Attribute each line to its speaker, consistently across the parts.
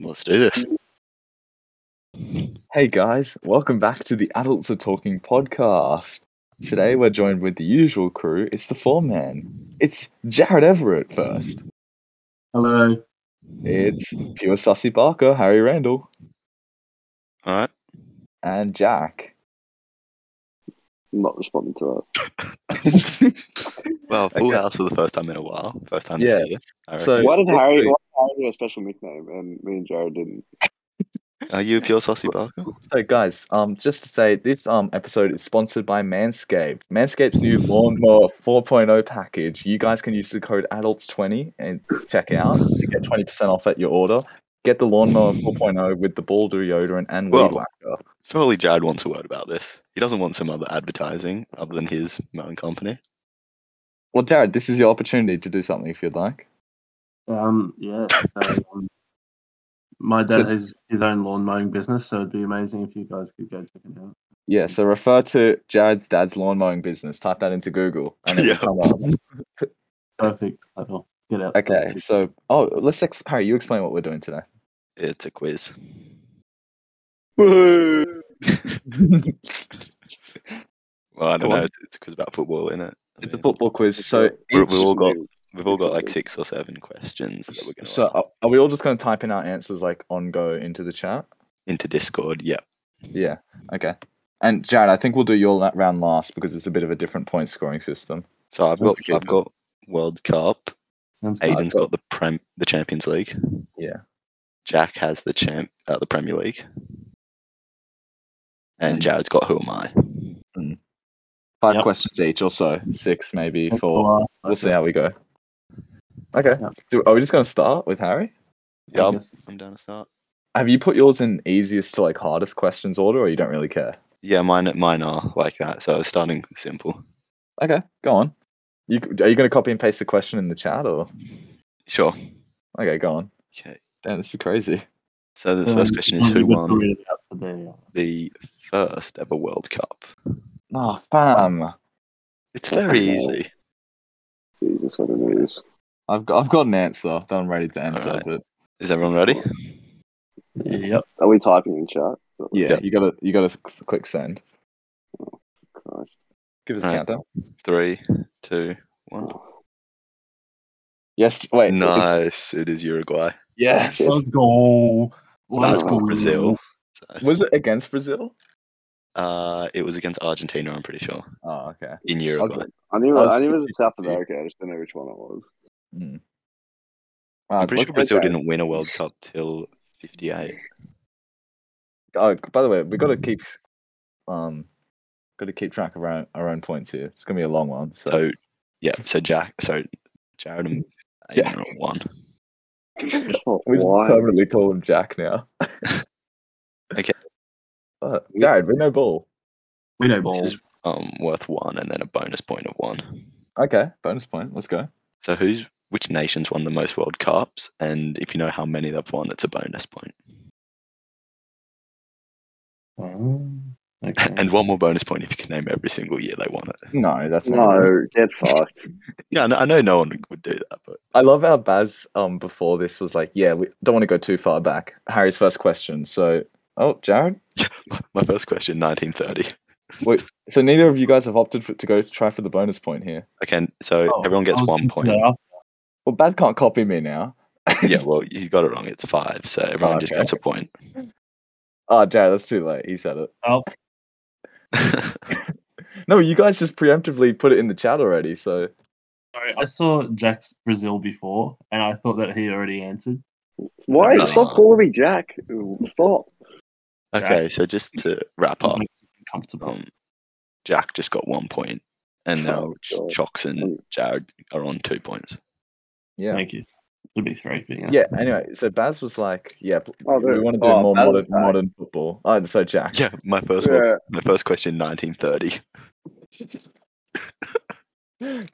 Speaker 1: Let's do this.
Speaker 2: Hey guys, welcome back to the Adults Are Talking podcast. Today we're joined with the usual crew. It's the four man. It's Jared Everett first.
Speaker 3: Hello.
Speaker 2: It's pure Sussy Barker, Harry Randall,
Speaker 1: All right.
Speaker 2: and Jack.
Speaker 4: not responding to
Speaker 1: Well, Full
Speaker 2: Okay.
Speaker 1: House for the first time in a while. First time
Speaker 2: Yeah.
Speaker 1: this year. I
Speaker 2: So-
Speaker 1: reckon.
Speaker 4: that. Why did
Speaker 2: It's
Speaker 4: Harry?
Speaker 2: true.
Speaker 4: Why did Harry get a special nickname, and me and Jared didn't?
Speaker 1: Are you a pure saucy barker?
Speaker 2: So guys, um, just to say this um episode is sponsored by Manscaped. Manscaped's new lawnmower 4.0 package. You guys can use the code adults20 and check out to get 20% off at your order. Get the lawnmower 4.0 with the ball deodorant and weed
Speaker 1: Well,
Speaker 2: whacker.
Speaker 1: Surely Jared wants a word about this. He doesn't want some other advertising other than his own company.
Speaker 2: Well, Jared, this is your opportunity to do something if you'd like.
Speaker 3: Um, yeah. So, um, my dad
Speaker 2: So-
Speaker 3: has his own lawn mowing business, so it'd be amazing if you guys could go check it out.
Speaker 2: Yeah, so refer to Jared's dad's lawn mowing business. Type that into Google. And it'll
Speaker 1: Yeah.
Speaker 2: come up.
Speaker 3: Perfect title. Get out.
Speaker 2: Okay, so, oh, let's, ex- Harry, you explain what we're doing today.
Speaker 1: It's a quiz. Well, I don't
Speaker 2: Go on.
Speaker 1: know. It's, it's a quiz about football, isn't it? I
Speaker 2: It's a
Speaker 1: mean,
Speaker 2: football quiz. So,
Speaker 1: we're-
Speaker 2: each-
Speaker 1: we've all got
Speaker 4: It's-
Speaker 1: we've all got like six or seven questions that we're going to
Speaker 2: so are, are we all just going to type in our answers like on go into the chat?
Speaker 1: into Discord. Yeah,
Speaker 2: Yeah, okay. And Jared, I think we'll do your la- round last because it's a bit of a different point scoring system.
Speaker 1: So I've
Speaker 2: That's
Speaker 1: got
Speaker 2: good.
Speaker 1: I've got World Cup.
Speaker 3: Sounds good.
Speaker 1: Aiden's got the prem the Champions League.
Speaker 2: Yeah.
Speaker 1: Jack has the champ uh, the Premier League. And
Speaker 2: And-
Speaker 1: Jared's got who am I?
Speaker 2: Five
Speaker 3: Yep.
Speaker 2: questions each or so, six maybe,
Speaker 3: That's the
Speaker 2: four.
Speaker 3: last, I
Speaker 2: We'll see how we go. Okay.
Speaker 3: Yeah.
Speaker 2: Do, are we just going to start with Harry?
Speaker 3: think.
Speaker 1: Yeah,
Speaker 3: I
Speaker 1: I'm,
Speaker 3: guess.
Speaker 1: I'm down to start.
Speaker 2: Have you put yours in easiest to like hardest questions order, or you don't really care?
Speaker 1: Yeah, mine mine are like that. So I was starting simple.
Speaker 2: Okay, go on. You c- are you going to copy and paste the question in the chat, or
Speaker 1: Sure.
Speaker 2: okay, go on.
Speaker 1: Okay.
Speaker 2: Damn, this is crazy.
Speaker 1: So the first
Speaker 3: Um,
Speaker 1: question is
Speaker 3: we'll
Speaker 1: who
Speaker 3: just
Speaker 1: won
Speaker 3: read it out for there.
Speaker 1: the first ever World Cup?
Speaker 2: Oh,
Speaker 3: Ah,
Speaker 2: fam,
Speaker 1: It's very
Speaker 4: Okay.
Speaker 1: easy.
Speaker 4: Jesus, I don't know this.
Speaker 2: I've got I've got an answer that I'm ready to answer,
Speaker 1: Alright.
Speaker 2: but
Speaker 1: Is everyone ready?
Speaker 3: Yep.
Speaker 4: Are we typing in chat?
Speaker 2: yeah,
Speaker 1: Yeah.
Speaker 2: you gotta you gotta s- click send.
Speaker 4: Christ.
Speaker 2: Give us a
Speaker 1: Alright.
Speaker 2: countdown.
Speaker 1: Three, two, one.
Speaker 2: Yes. Wait. it's-
Speaker 1: Nice. It is Uruguay.
Speaker 2: Yes.
Speaker 3: Let's go.
Speaker 1: That's
Speaker 3: Let's
Speaker 1: got
Speaker 3: go.
Speaker 1: Brazil. So,
Speaker 2: Was it against Brazil?
Speaker 1: uh, it was against Argentina, I'm pretty sure.
Speaker 2: Oh, okay.
Speaker 1: In Uruguay.
Speaker 4: I knew.
Speaker 2: I was
Speaker 4: I knew it was in
Speaker 2: confused
Speaker 4: South
Speaker 2: too.
Speaker 4: America. I just don't know which one it was.
Speaker 2: Mm.
Speaker 1: I'm
Speaker 2: Alright,
Speaker 1: pretty
Speaker 2: let's
Speaker 1: sure
Speaker 2: go
Speaker 1: Brazil
Speaker 2: Jared.
Speaker 1: didn't win a World Cup till '58.
Speaker 2: Oh, by the way, we got to
Speaker 1: Hmm.
Speaker 2: keep um, got to keep track of our, our own points here. It's gonna be a long one. So,
Speaker 1: So, yeah. So Jack. So Jared and
Speaker 2: Yeah.
Speaker 1: Aiden are at one.
Speaker 2: we just
Speaker 4: why?
Speaker 2: permanently call him Jack now.
Speaker 1: Okay.
Speaker 2: But Jared, we know ball.
Speaker 3: We know ball.
Speaker 1: This is um worth one, and then a bonus point of one.
Speaker 2: Okay, bonus point. Let's go.
Speaker 1: So who's which nations won the most World Cups? And if you know how many they've won, it's a bonus point.
Speaker 3: Um, okay.
Speaker 1: And one more bonus point if you can name every single year they won it.
Speaker 2: No, that's not. right.
Speaker 4: No, get fucked.
Speaker 1: Yeah, I know- I know no one would do that, but
Speaker 2: I love how Baz um before this was like, yeah, we don't want to go too far back. Harry's first question. So, oh, Jared.
Speaker 1: my first question, 1930.
Speaker 2: So neither of you guys have opted for, to go to try for the bonus point here.
Speaker 1: Okay, so
Speaker 3: Oh,
Speaker 1: everyone
Speaker 3: I
Speaker 1: gets
Speaker 3: was
Speaker 1: one
Speaker 3: gonna
Speaker 1: point.
Speaker 3: say, I-
Speaker 2: Well, Baz can't copy me now.
Speaker 1: Yeah, well, you got it wrong. It's five, so everyone just
Speaker 2: okay.
Speaker 1: gets a point.
Speaker 2: Oh, Jared, that's too late. He said it.
Speaker 3: Oh,
Speaker 2: No, you guys just preemptively put it in the chat already. So
Speaker 3: sorry. I saw Jack's Brazil before, and I thought that he already answered.
Speaker 4: Why?
Speaker 1: No.
Speaker 4: Stop calling me Jack. Stop.
Speaker 1: Okay, so just to wrap up,
Speaker 3: Makes me Comfortable.
Speaker 1: um, Jack just got one point, and now Ch-
Speaker 4: God.
Speaker 1: Chocks and Jared are on two points.
Speaker 2: yeah,
Speaker 3: Thank you. It'll be three. But, you know.
Speaker 2: yeah. Anyway, so Baz was like, "Yeah, p-
Speaker 4: Oh,
Speaker 2: we
Speaker 4: dude.
Speaker 2: want to do
Speaker 4: Oh,
Speaker 2: more
Speaker 4: Baz is
Speaker 2: modern,
Speaker 4: back.
Speaker 2: modern football." Oh, so Jack,
Speaker 1: Yeah, my first
Speaker 4: Yeah.
Speaker 1: one, my first question, 1930.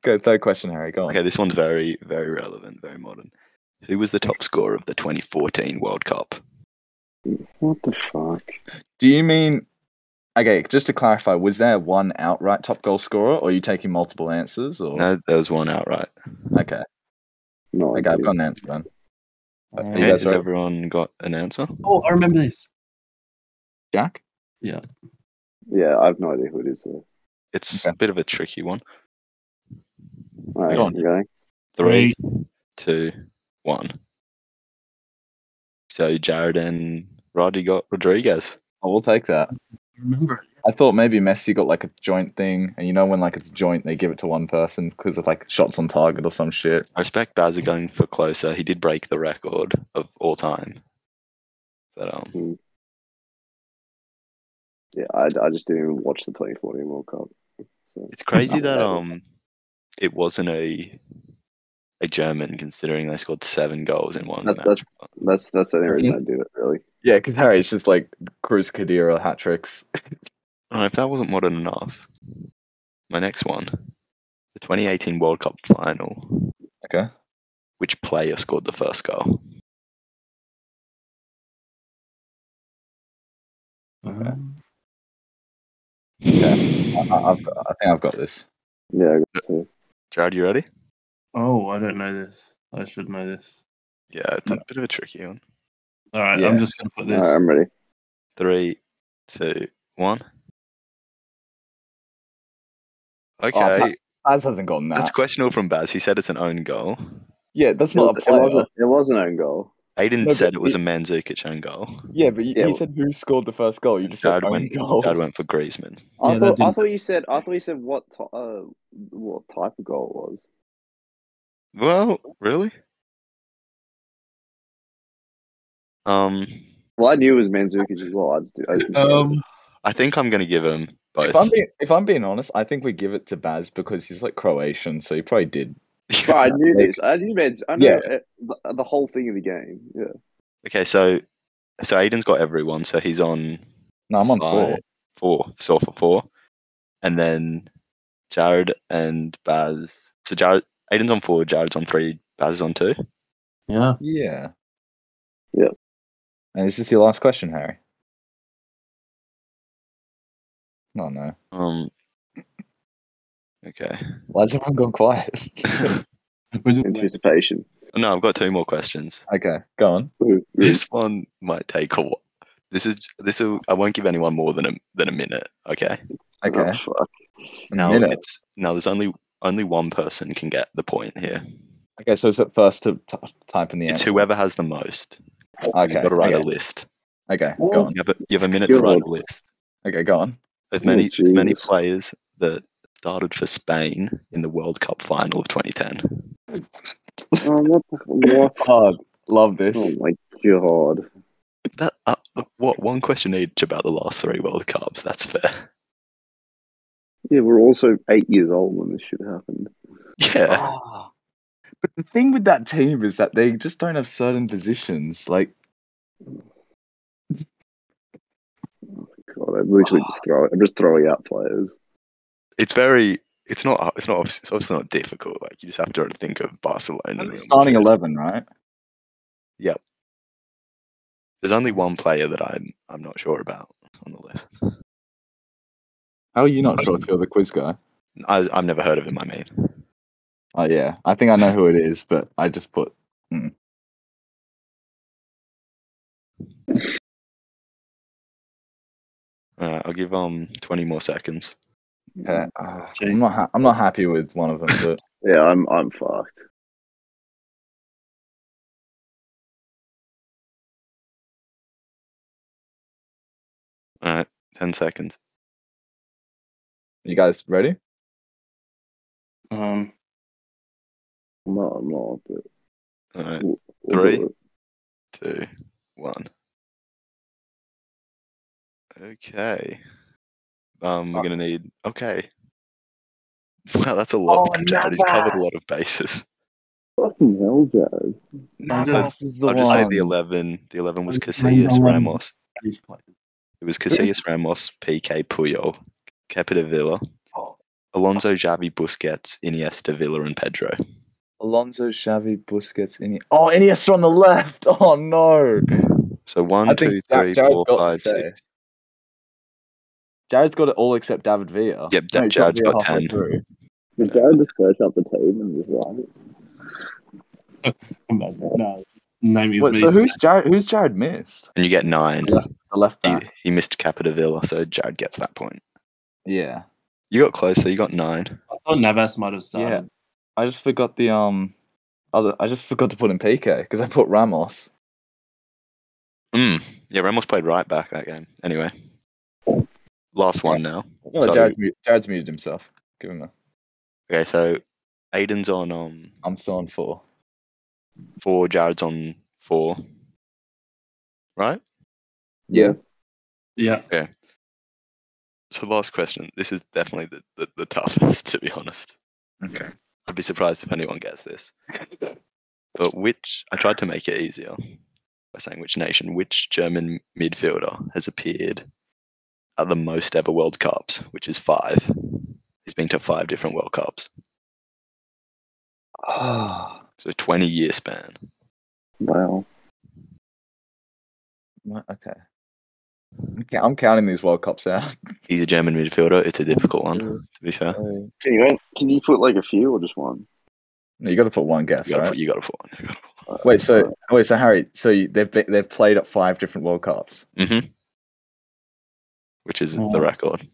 Speaker 2: go third question, Harry. Go on.
Speaker 1: Okay, this one's very, very relevant, very modern. Who was the top scorer of the 2014 World Cup?
Speaker 4: What the fuck?
Speaker 2: Do you mean? Okay, just to clarify, was there one outright top goal scorer, or are you taking multiple answers? Or
Speaker 1: No, there was one outright.
Speaker 2: okay,
Speaker 4: No,
Speaker 2: okay, I've
Speaker 4: dude.
Speaker 2: got an answer then.
Speaker 3: Uh,
Speaker 2: You
Speaker 1: Hey,
Speaker 2: guys
Speaker 1: has
Speaker 2: are-
Speaker 1: everyone got an answer?
Speaker 3: oh, I remember this.
Speaker 2: Jack?
Speaker 4: Yeah, I have no idea who it is. Though.
Speaker 1: It's
Speaker 2: Okay.
Speaker 1: a bit of a tricky one.
Speaker 4: All right,
Speaker 2: Go on.
Speaker 4: you going?
Speaker 1: Three, two, one. So Jared and Roddy got Rodriguez.
Speaker 2: I will Oh, take that.
Speaker 3: I remember it.
Speaker 2: I thought maybe Messi got like a joint thing, and you know when like it's joint, they give it to one person because it's like shots on target or some shit.
Speaker 1: I respect Bazza going for closer. He did break the record of all time. But um,
Speaker 4: Yeah, I, I just didn't even watch the 2014 World Cup. So,
Speaker 1: it's crazy that
Speaker 4: That's-
Speaker 1: um, it wasn't a a German considering they scored seven goals in one match.
Speaker 4: That's- that's- that's that's the only reason I did it, really.
Speaker 2: Yeah, because Harry's just like Cruz Kadira hat tricks.
Speaker 1: I don't know, if that wasn't modern enough, my next one, the 2018 World Cup final.
Speaker 2: Okay.
Speaker 1: Which player scored the first goal?
Speaker 3: Uh-huh.
Speaker 2: I, I- I've got, I think I've got this.
Speaker 4: Yeah, I got two.
Speaker 1: Jared, you ready?
Speaker 3: Oh, I don't know this. I should know this.
Speaker 1: Yeah, it's a bit of a tricky one.
Speaker 3: All right,
Speaker 2: Yeah.
Speaker 3: I'm just gonna put
Speaker 4: All
Speaker 3: this.
Speaker 4: right, I'm ready.
Speaker 1: Three, two, one.
Speaker 4: Oh,
Speaker 1: Okay,
Speaker 2: Pat- Baz hasn't gotten that.
Speaker 1: that's questionable from Baz. He said it's an own goal.
Speaker 2: yeah, that's
Speaker 4: It,
Speaker 2: not a
Speaker 4: was, it,
Speaker 2: player.
Speaker 4: wasn't, it was an own goal.
Speaker 1: Aiden
Speaker 2: No,
Speaker 1: said
Speaker 2: but
Speaker 1: it was a
Speaker 2: it-
Speaker 1: Mandzukic own goal.
Speaker 2: yeah, but you,
Speaker 4: Yeah,
Speaker 2: you
Speaker 4: well-
Speaker 2: said who scored the first goal. You just said
Speaker 1: Jared
Speaker 2: own
Speaker 1: went,
Speaker 2: goal.
Speaker 1: Jared went for Griezmann.
Speaker 4: I,
Speaker 3: Yeah, that
Speaker 4: thought, I
Speaker 3: didn't-
Speaker 4: thought you said I thought you said what t- uh, what type of goal it was.
Speaker 1: Well, really? Um,
Speaker 4: Well, I knew it was Mandzukic as well. I just, I just
Speaker 3: Um,
Speaker 1: I think I'm going to give him both.
Speaker 2: If I'm being, if I'm being honest, I think we give it to Baz because he's like Croatian, so he probably did.
Speaker 4: Bro, I knew this. I knew Manz. I know
Speaker 2: Yeah.
Speaker 4: it- the, the whole thing of the game. Yeah.
Speaker 1: okay, so so Aiden's got everyone, so he's on
Speaker 2: No, I'm on
Speaker 1: five-
Speaker 2: four.
Speaker 1: four, so for four, and then Jared and Baz. So Jared, Aiden's on four, Jared's on three, Baz is on two.
Speaker 3: yeah.
Speaker 2: Yeah.
Speaker 4: Yep.
Speaker 2: And is this your last question, Harry? No, Oh, no.
Speaker 1: Um, okay.
Speaker 2: Why's everyone gone quiet?
Speaker 3: We're just-
Speaker 4: Anticipation.
Speaker 1: no, I've got two more questions.
Speaker 2: okay, go on.
Speaker 4: Ooh, ooh.
Speaker 1: This one might take a while. This is this will. I won't give anyone more than a than a minute. Okay.
Speaker 2: Okay.
Speaker 4: Oh, fuck.
Speaker 1: Now
Speaker 2: Minute.
Speaker 1: it's now there's only only one person can get the point here.
Speaker 2: Okay, so it's at first to t- type in the
Speaker 1: It's
Speaker 2: answer.
Speaker 1: whoever has the most.
Speaker 2: Okay.
Speaker 1: You've got to write
Speaker 2: okay.
Speaker 1: a list.
Speaker 2: okay, go on.
Speaker 1: You have a, you have a minute to
Speaker 4: Good
Speaker 1: write
Speaker 4: Lord.
Speaker 1: a list.
Speaker 2: Okay, go on.
Speaker 1: As many as
Speaker 4: Oh,
Speaker 1: many
Speaker 4: jeez.
Speaker 1: players that started for Spain in the World Cup final of 2010.
Speaker 4: Oh, what? The, what?
Speaker 2: Oh, love this.
Speaker 4: Oh my god.
Speaker 1: That uh, what one question each about the last three World Cups. That's fair.
Speaker 4: Yeah, we're also eight years old when this shit happened.
Speaker 1: Yeah.
Speaker 2: Ah. But the thing with that team is that they just don't have certain positions. Like,
Speaker 4: God, I'm literally just throwing. I'm just throwing out players.
Speaker 1: it's very it's not it's not it's obviously not difficult like you just have to think of barcelona and Real
Speaker 2: starting
Speaker 1: Madrid.
Speaker 2: 11, right?
Speaker 1: there's only one player that i'm i'm not sure about on the list
Speaker 2: How are you not sure if you're the quiz guy?
Speaker 1: I, i've never heard of him i mean
Speaker 2: Oh yeah, I think I know who it is, but I just put. Mm.
Speaker 1: all right i'll give um 20 more seconds
Speaker 2: Uh, ah, I'm
Speaker 3: Jeez.
Speaker 2: not. Ha- I'm not happy with one of them, but
Speaker 4: Yeah, I'm. I'm fucked.
Speaker 1: all right 10 seconds
Speaker 2: you guys ready?
Speaker 3: Um,
Speaker 4: I'm not. I'm not. But
Speaker 1: all right
Speaker 4: we'll
Speaker 1: Three.
Speaker 4: do it.
Speaker 1: two one okay um we're
Speaker 2: Oh.
Speaker 1: gonna need okay wow that's a lot
Speaker 2: Oh,
Speaker 1: Jared, he's
Speaker 2: another.
Speaker 1: covered a lot of bases
Speaker 4: Fucking hell, Jazz.
Speaker 3: Navas
Speaker 2: is
Speaker 1: i'll just say the 11 the 11 was
Speaker 3: Let's name the
Speaker 1: casillas
Speaker 3: ones.
Speaker 1: ramos
Speaker 3: Spanish player.
Speaker 1: It was Casillas, Ramos, PK, Puyol, Capita Villa, Alonso, Xavi, Busquets, Iniesta, Villa, and Pedro.
Speaker 2: Alonso, Xavi, Busquets, Ini. Oh, Iniesta on the left. Oh no,
Speaker 1: So one,
Speaker 2: I think
Speaker 1: two,
Speaker 2: Ja-
Speaker 1: three,
Speaker 2: Jared's
Speaker 1: four,
Speaker 2: got to
Speaker 1: five,
Speaker 2: say.
Speaker 1: six.
Speaker 2: Jared's got it all except David Villa.
Speaker 1: Yep,
Speaker 2: No,
Speaker 1: that-
Speaker 2: he's got
Speaker 1: Jared's
Speaker 2: Villa
Speaker 1: got
Speaker 2: halfway
Speaker 1: 10.
Speaker 2: through.
Speaker 4: Did Jazz just search up the team and just write it?
Speaker 3: Come on, no, name is
Speaker 2: Wait,
Speaker 3: me.
Speaker 2: so who's Jared? Who's Jared missed?
Speaker 1: and you get nine.
Speaker 2: Yeah. The left
Speaker 1: He,
Speaker 2: back.
Speaker 1: he missed Capita Villa, so Jared gets that point.
Speaker 2: Yeah.
Speaker 1: You got close, so you got nine.
Speaker 3: I thought Navas might have started.
Speaker 2: I just forgot the um. Other, I just forgot to put in PK because I put Ramos.
Speaker 1: Mm. Yeah, Ramos played right back that game. Anyway, last one now.
Speaker 2: No,
Speaker 1: So-
Speaker 2: Jared's, mu- Jared's muted himself. Give him a.
Speaker 1: Okay, so Aiden's on um
Speaker 2: I'm still on four.
Speaker 1: four, Jared's on four. Right.
Speaker 2: Yeah.
Speaker 3: Yeah.
Speaker 1: So last question. This is definitely the, the, the toughest, to be honest.
Speaker 2: Okay.
Speaker 1: I'd be surprised if anyone gets this. But which I tried to make it easier by saying which nation, which German midfielder has appeared at the most ever World Cups, which is five. He's been to five different World Cups,
Speaker 2: Ah,
Speaker 1: so twenty year span.
Speaker 4: Wow.
Speaker 2: my- okay. Okay, I'm counting these World Cups out.
Speaker 1: He's a German midfielder. It's a difficult one, to be fair.
Speaker 2: no,
Speaker 4: Can you can you put like a few or just one?
Speaker 2: you got to put one guess,
Speaker 1: You got
Speaker 2: right?
Speaker 1: to you got to put one.
Speaker 2: Wait, so wait, so Harry, so you, they've be- they've played at five different World Cups.
Speaker 1: Mm-hmm. Which is
Speaker 3: Oh.
Speaker 1: the record.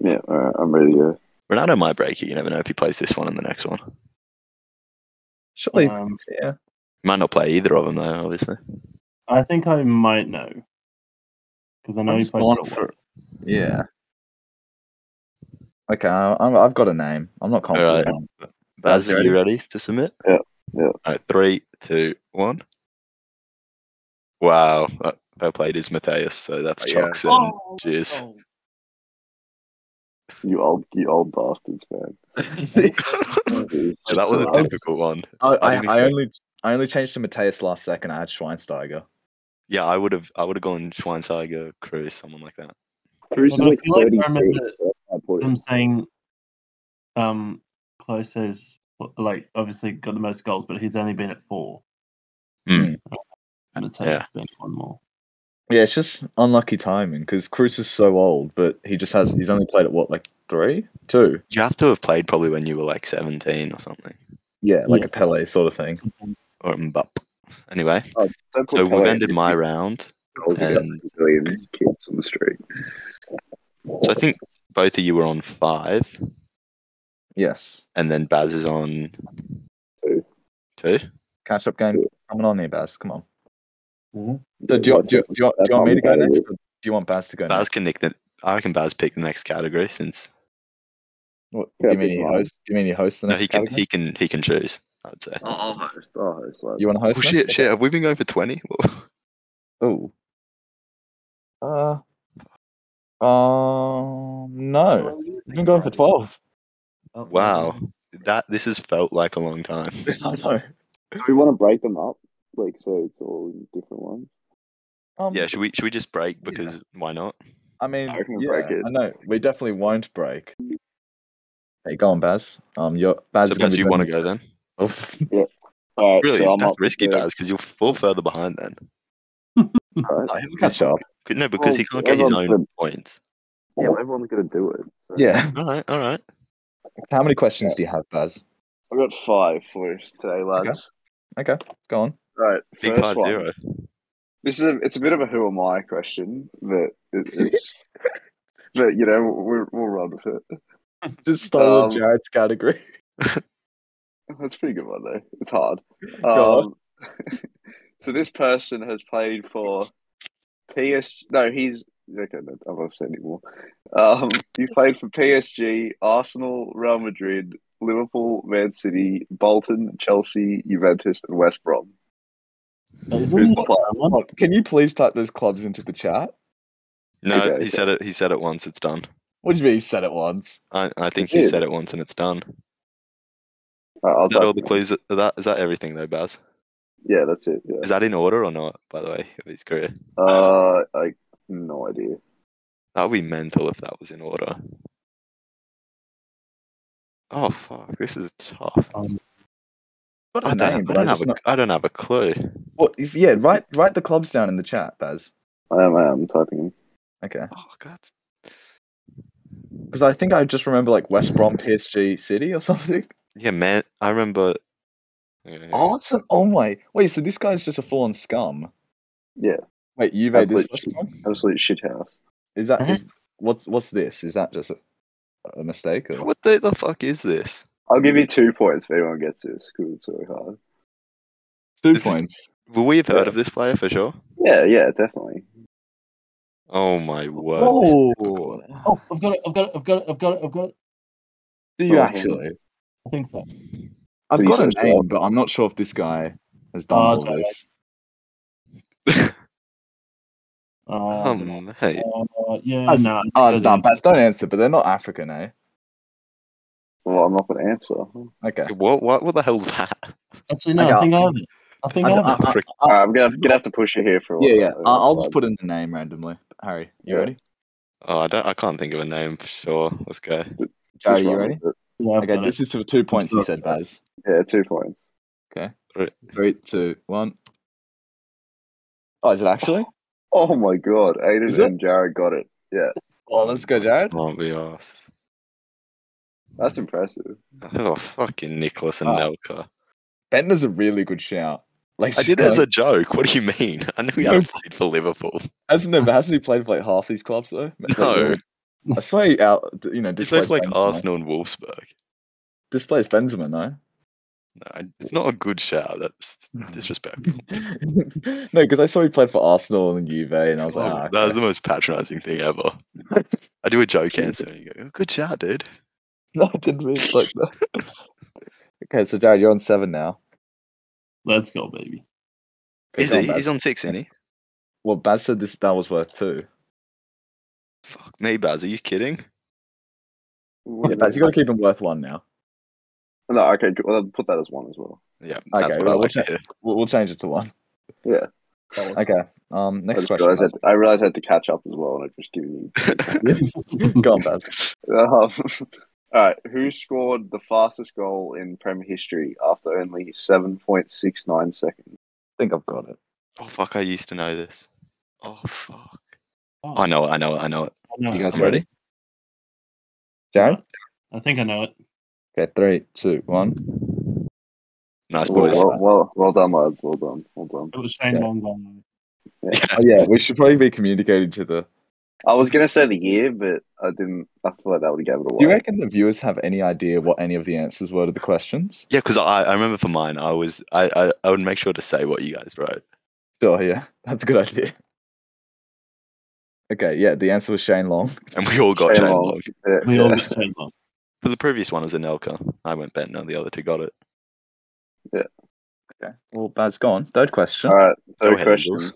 Speaker 4: Yeah, all right, I'm ready to go.
Speaker 1: Ronaldo might break it. You never know if he plays this one and the next one.
Speaker 2: Surely,
Speaker 3: Um,
Speaker 2: yeah.
Speaker 1: He might not play either of them though, obviously.
Speaker 3: I think I might know. Because I know
Speaker 2: I'm
Speaker 3: he
Speaker 2: just
Speaker 3: played
Speaker 2: going
Speaker 3: for-
Speaker 2: for- yeah. Okay, I, I'm- I've got a name. I'm not confident.
Speaker 1: Alright.
Speaker 2: on it, but-
Speaker 1: Baz, are you ready to submit?
Speaker 4: Yeah, yeah.
Speaker 1: All right, three, two, one. Wow, that, that played is Matthias, so that's
Speaker 2: Oh, yeah.
Speaker 1: Chucks and
Speaker 3: Oh,
Speaker 1: Cheers.
Speaker 3: oh.
Speaker 4: You old, you old bastards, man.
Speaker 1: So that was a
Speaker 2: I was-
Speaker 1: difficult one.
Speaker 2: I, I,
Speaker 1: didn't
Speaker 2: I
Speaker 1: expect-
Speaker 2: only I only changed to Mateus last second. I had Schweinsteiger.
Speaker 1: Yeah, I would have, I would have gone Schweinsteiger, Cruz, someone like that.
Speaker 4: Cruz is
Speaker 3: Well, I
Speaker 4: like
Speaker 3: feel like I
Speaker 4: 36
Speaker 3: remember
Speaker 4: at that point.
Speaker 3: I'm saying, um, Close has like obviously got the most goals, but he's only been at four. Uh,
Speaker 1: Hmm.
Speaker 3: And it's
Speaker 1: Yeah.
Speaker 3: it's been one more.
Speaker 2: Yeah, it's just unlucky timing because Cruz is so old, but he just has he's only played at what like three, two.
Speaker 1: You have to have played probably when you were like seventeen or something,
Speaker 2: Yeah, like
Speaker 3: Yeah.
Speaker 2: a Pele sort of thing.
Speaker 1: or Mbapp. Anyway,
Speaker 4: Don't put
Speaker 1: so we've
Speaker 4: Pele
Speaker 1: ended
Speaker 4: in
Speaker 1: my
Speaker 4: these
Speaker 1: round.
Speaker 4: goals against
Speaker 1: and-
Speaker 4: Brazilian kids on the street.
Speaker 1: So I think both of you were on five,
Speaker 2: Yes,
Speaker 1: and then Baz is on
Speaker 4: Two.
Speaker 1: Two.
Speaker 2: catch up game coming on here, Baz. Come on.
Speaker 3: Mhm.
Speaker 2: So do you, want- do, you, do, you, want- do you want me to go
Speaker 4: That's
Speaker 2: next? Or do you want Baz to go
Speaker 1: Baz
Speaker 2: next?
Speaker 1: can nick the. I reckon Baz picked the next category since
Speaker 2: What, do
Speaker 4: Yeah,
Speaker 2: you mean
Speaker 4: pick
Speaker 2: he
Speaker 4: mine.
Speaker 2: hosts? Do you mean he hosts the
Speaker 1: no,
Speaker 2: next
Speaker 1: he can
Speaker 2: category?
Speaker 1: he can he can choose. I would say.
Speaker 4: I'll host. I'll host. Like,
Speaker 2: You want to host?
Speaker 1: Oh
Speaker 2: next?
Speaker 1: shit! Shit! Have we been going for twenty?
Speaker 2: Oh. Uh. Um. No. We've been going for twelve.
Speaker 3: Oh,
Speaker 1: Wow. that this has felt like a long time.
Speaker 2: I know.
Speaker 4: do we want to break them up? Like, so it's all different ones?
Speaker 2: Um,
Speaker 1: Yeah. Should we should we just break
Speaker 2: Yeah.
Speaker 1: because why not?
Speaker 2: I mean,
Speaker 4: I reckon we'll
Speaker 2: yeah,
Speaker 4: break it.
Speaker 2: I know we definitely won't break. Hey, go on, Baz. Um, your Baz.
Speaker 1: So
Speaker 2: is gonna
Speaker 1: Baz,
Speaker 2: be
Speaker 1: you want to go then?
Speaker 2: doing-
Speaker 4: All right,
Speaker 1: Really,
Speaker 4: so I'm
Speaker 1: that's
Speaker 4: up for
Speaker 1: risky,
Speaker 4: third,
Speaker 1: Baz, because you'll fall further behind then.
Speaker 4: right?
Speaker 2: Oh, he'll catch up.
Speaker 1: C- No, because he
Speaker 4: Well,
Speaker 1: can't get his own
Speaker 4: everyone's gonna-
Speaker 1: points.
Speaker 4: Yeah, well, everyone's gonna do it. so-
Speaker 2: Yeah.
Speaker 1: All right, all right.
Speaker 2: How many questions do you have, Baz?
Speaker 4: I got five for you today, lads.
Speaker 2: Okay, go on.
Speaker 4: All right,
Speaker 1: Big
Speaker 4: first
Speaker 1: five
Speaker 4: one.
Speaker 1: zero.
Speaker 4: This is a, it's a bit of a who am I question, but it, it's but you know we're, we'll run with it.
Speaker 2: Just stole
Speaker 4: Um,
Speaker 2: Jared's category.
Speaker 4: That's a pretty good one though. It's hard.
Speaker 2: Go
Speaker 4: Um, so this person has played for PS. No, he's okay. No, I'm not saying anymore. Um, he played for PSG, Arsenal, Real Madrid, Liverpool, Man City, Bolton, Chelsea, Juventus, and West Brom.
Speaker 3: Isn't
Speaker 4: Who's
Speaker 3: it
Speaker 4: the
Speaker 3: one?
Speaker 2: Oh, Can you please type those clubs into the chat?
Speaker 1: No,
Speaker 4: Okay,
Speaker 1: he said it. He said it once. It's done.
Speaker 2: What do you mean he said it once?
Speaker 1: I, I think
Speaker 4: He
Speaker 1: he
Speaker 4: did.
Speaker 1: said it once and it's done.
Speaker 4: All right, Uh, I'll
Speaker 1: Is that
Speaker 4: type
Speaker 1: all the
Speaker 4: it in.
Speaker 1: clues? Is that is that everything though, Baz?
Speaker 4: Yeah, that's it. Yeah.
Speaker 1: Is that in order or not? By the way, of his career,
Speaker 4: Uh, I no idea.
Speaker 1: that would be mental if that was in order. Oh fuck, this is tough.
Speaker 2: What
Speaker 1: I don't, I don't have a, I don't have a clue.
Speaker 2: What, if- yeah, write write the clubs down in the chat, Baz.
Speaker 4: I am. I am typing. in.
Speaker 2: Okay,
Speaker 1: Oh, that's
Speaker 2: because I think I just remember like West Brom, PSG, City, or something.
Speaker 1: yeah, man. I remember Okay.
Speaker 2: Arsenal. Oh my! Wait, so this guy's just a full-on scum.
Speaker 4: Yeah.
Speaker 2: Wait, Juve. This
Speaker 4: Absolute,
Speaker 2: was
Speaker 4: shit, absolute shithouse.
Speaker 2: is that
Speaker 3: Huh?
Speaker 2: is, what's what's this? Is that just a, a mistake? Or?
Speaker 1: What the, the fuck is this?
Speaker 4: I'll give you two points if anyone gets this because it's really hard.
Speaker 2: Two
Speaker 1: This is-
Speaker 2: points.
Speaker 1: Will we have heard
Speaker 4: Yeah.
Speaker 1: of this player for sure?
Speaker 4: Yeah, yeah, definitely.
Speaker 1: Oh my word! this is
Speaker 2: Oh,
Speaker 1: difficult.
Speaker 3: Oh, I've got it. I've got it. I've got it. I've got it. I've got it.
Speaker 2: do you
Speaker 4: Oh,
Speaker 2: actually?
Speaker 3: I think so.
Speaker 2: I've
Speaker 4: Please
Speaker 2: got a
Speaker 4: search it
Speaker 2: name,
Speaker 4: up.
Speaker 2: but I'm not sure if this guy has done
Speaker 3: Oh,
Speaker 2: all
Speaker 3: sorry.
Speaker 2: this.
Speaker 3: Uh,
Speaker 1: Um, hey,
Speaker 3: uh, yeah,
Speaker 2: That's-
Speaker 3: no. it's
Speaker 2: Oh,
Speaker 3: gotta
Speaker 2: no,
Speaker 3: be-
Speaker 2: Bats, don't answer. But they're not African, eh?
Speaker 4: Well, I'm not going to answer. All
Speaker 2: Okay.
Speaker 1: what, what, what the hell's that?
Speaker 3: Actually, no.
Speaker 2: I
Speaker 3: I,
Speaker 2: got-
Speaker 3: think I have it. I think I,
Speaker 2: I-
Speaker 3: have it.
Speaker 2: I-
Speaker 1: Frick.
Speaker 2: I-
Speaker 4: right, I'm going to have to push you here for a while.
Speaker 2: yeah, yeah.
Speaker 4: Uh,
Speaker 2: I- I'll just
Speaker 4: um,
Speaker 2: put in the name randomly. Harry, you
Speaker 4: Yeah.
Speaker 2: ready?
Speaker 1: Oh, I don't. I can't think of a name for sure. Let's go.
Speaker 4: just
Speaker 2: Gary, you
Speaker 4: run
Speaker 2: ready?
Speaker 4: with it.
Speaker 3: Yeah, I've
Speaker 2: okay,
Speaker 3: got
Speaker 2: this
Speaker 3: it.
Speaker 2: is for two points. You said, Baz.
Speaker 4: Yeah, two points.
Speaker 2: Three, two, one. Oh, is it actually?
Speaker 4: Oh my God, Aiden
Speaker 2: Is it?
Speaker 4: and Jared got it. Yeah,
Speaker 2: Oh, let's go, Jared.
Speaker 1: Can't be asked.
Speaker 4: that's impressive.
Speaker 1: Oh, fucking Nicholas and
Speaker 2: Ah.
Speaker 1: Nelka.
Speaker 2: Bentner's a really good shout. Like
Speaker 1: I
Speaker 2: just
Speaker 1: did it as
Speaker 2: going-
Speaker 1: a joke. What do you mean? I knew he
Speaker 2: No.
Speaker 1: hadn't played for Liverpool.
Speaker 2: hasn't he, hasn't he played for like half these clubs though? Like,
Speaker 1: No.
Speaker 2: I swear he out. You know,
Speaker 1: He played
Speaker 2: displays
Speaker 1: for like
Speaker 2: Benzema.
Speaker 1: Arsenal and Wolfsburg.
Speaker 2: Displays Benzema, no.
Speaker 1: No, it's not a good shout. That's disrespectful.
Speaker 2: no, because I saw he played for Arsenal and Juve, and I was like,
Speaker 1: Oh,
Speaker 2: ah, okay.
Speaker 1: That was the most patronising thing ever. I do a joke answer and you go, "Oh, "Good shout, dude."
Speaker 2: no, I didn't really like that. okay, so Jared, you're on seven now.
Speaker 3: Let's go, baby.
Speaker 2: Okay,
Speaker 1: is
Speaker 2: go on,
Speaker 1: he?
Speaker 2: Baz.
Speaker 1: He's on six, isn't he?
Speaker 2: Well, Baz said this that was worth two.
Speaker 1: Fuck me, Baz. Are you kidding?
Speaker 2: Yeah, Baz, you got to keep him worth one now.
Speaker 4: No, okay, good. well, I'll put that as one as well.
Speaker 1: Yeah, that's
Speaker 2: Okay,
Speaker 1: what I
Speaker 2: well,
Speaker 1: like
Speaker 2: what's
Speaker 1: to
Speaker 2: that?
Speaker 1: hear.
Speaker 2: We'll, we'll change it to one.
Speaker 4: Yeah.
Speaker 2: Okay.
Speaker 4: I
Speaker 2: Um. Next
Speaker 4: just
Speaker 2: question.
Speaker 4: realized I, had to- I realized I had to catch up as well, and I've just given you
Speaker 2: Baz. Go on, Baz.
Speaker 4: Um, all right, who scored the fastest goal in Prem history after only 7.69 seconds?
Speaker 2: I think I've got it.
Speaker 1: Oh fuck! I used to know this. Oh fuck!
Speaker 3: Oh,
Speaker 1: I know it. I know it. I know it.
Speaker 3: know
Speaker 2: You
Speaker 3: it.
Speaker 2: guys
Speaker 1: I'm
Speaker 2: ready?
Speaker 1: ready.
Speaker 2: Jared.
Speaker 3: I think I know it.
Speaker 2: Okay. Three, two, one.
Speaker 1: Nice
Speaker 4: Well,
Speaker 1: boys.
Speaker 2: Nice.
Speaker 4: well, well, well done, lads. Well done. Well done.
Speaker 3: It was Shane
Speaker 2: Yeah.
Speaker 3: Long.
Speaker 2: Oh, yeah, we should probably be communicating to the.
Speaker 4: I was going to say the year, but I didn't. I feel like that would have gave it
Speaker 2: Do you
Speaker 4: away.
Speaker 2: reckon the viewers have any idea what any of the answers were to the questions?
Speaker 1: Yeah, because I, I remember for mine, I was I, I, I would make sure to say what you guys wrote.
Speaker 2: Sure, yeah, that's a good idea. Okay, yeah, the answer was Shane Long.
Speaker 1: And we all got
Speaker 4: Shane
Speaker 1: Shane
Speaker 4: Long.
Speaker 1: Long.
Speaker 4: Yeah,
Speaker 3: We
Speaker 4: yeah.
Speaker 3: all got Shane Long.
Speaker 1: But the previous one was Anelka. I went Bentner, the other two got it.
Speaker 2: Okay, well, Baz, go on. Third question.
Speaker 4: All right,
Speaker 1: Go
Speaker 4: third
Speaker 1: ahead,
Speaker 4: question.
Speaker 1: Eagles.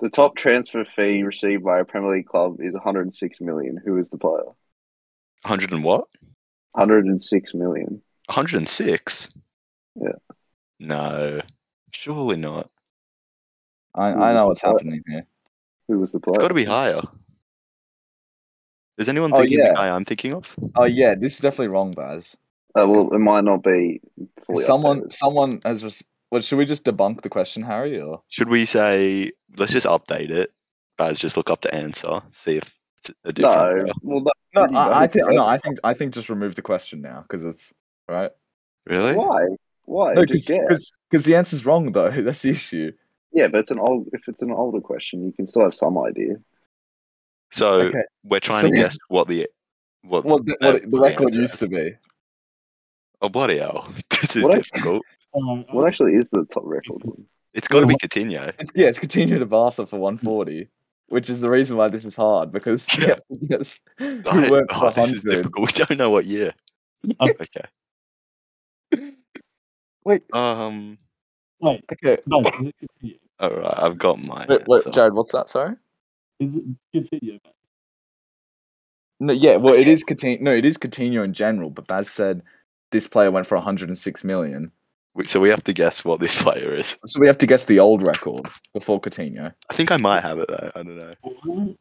Speaker 4: The top transfer fee received by a Premier League club is 106 million. Who is the player?
Speaker 1: 100 and what?
Speaker 4: 106 million.
Speaker 1: 106?
Speaker 4: Yeah.
Speaker 1: No. Surely not.
Speaker 2: I,
Speaker 4: who
Speaker 2: I
Speaker 4: was
Speaker 2: know
Speaker 4: the
Speaker 2: what's
Speaker 4: player?
Speaker 2: happening here.
Speaker 4: Who was the player?
Speaker 1: It's got to be higher. Is anyone
Speaker 2: Oh,
Speaker 1: thinking
Speaker 2: yeah.
Speaker 1: the guy I'm thinking of?
Speaker 2: Oh yeah, this is definitely wrong, Baz.
Speaker 4: Uh, well, it might not be fully.
Speaker 2: Someone,
Speaker 4: updated.
Speaker 2: someone has. Res- well, should we just debunk the question, Harry? Or
Speaker 1: Should we say, let's just update it? Baz, just look up the answer, see if it's a different.
Speaker 4: No,
Speaker 1: player.
Speaker 4: well, that's
Speaker 2: no,
Speaker 4: pretty
Speaker 2: I, I
Speaker 4: valid,
Speaker 2: think
Speaker 4: right?
Speaker 2: no, I think I think just remove the question now because it's right.
Speaker 1: Really?
Speaker 4: Why? Why?
Speaker 2: No,
Speaker 4: Just guess.
Speaker 2: because the answer's wrong though. That's the issue.
Speaker 4: Yeah, but it's an old. If it's an older question, you can still have some idea.
Speaker 1: So
Speaker 2: Okay.
Speaker 1: we're trying
Speaker 2: So-
Speaker 1: to guess what the. What,
Speaker 2: Well, the,
Speaker 1: their-
Speaker 2: what it- the
Speaker 1: what
Speaker 2: record
Speaker 1: answer
Speaker 2: used
Speaker 1: is.
Speaker 2: to be.
Speaker 1: Oh, bloody hell. This is
Speaker 4: What I-
Speaker 1: difficult.
Speaker 3: Uh,
Speaker 1: Oh.
Speaker 4: What actually is the top record?
Speaker 1: It's got to be
Speaker 3: Well,
Speaker 1: Coutinho.
Speaker 2: It's, yeah, it's Coutinho to Barca for 140, which is the reason why this is hard because
Speaker 1: Yeah.
Speaker 2: yes, you
Speaker 1: I-
Speaker 2: weren't
Speaker 1: oh, this is
Speaker 2: 100.
Speaker 1: difficult. We don't know what year.
Speaker 3: Um,
Speaker 1: okay.
Speaker 2: Wait,
Speaker 1: Um.
Speaker 3: wait,
Speaker 2: okay.
Speaker 3: no, is it Coutinho?
Speaker 1: All right. I've got mine.
Speaker 2: Wait, wait,
Speaker 1: answer.
Speaker 2: Jared, what's that? Sorry.
Speaker 3: Is it Coutinho?
Speaker 2: No, yeah, well, it is Coutinho. No, it is Coutinho in general. But Baz said this player went for 106 million,
Speaker 1: We- So we have to guess what this player is.
Speaker 2: so we have to guess the old record before Coutinho.
Speaker 1: I think I might have it though. I don't know.
Speaker 3: What?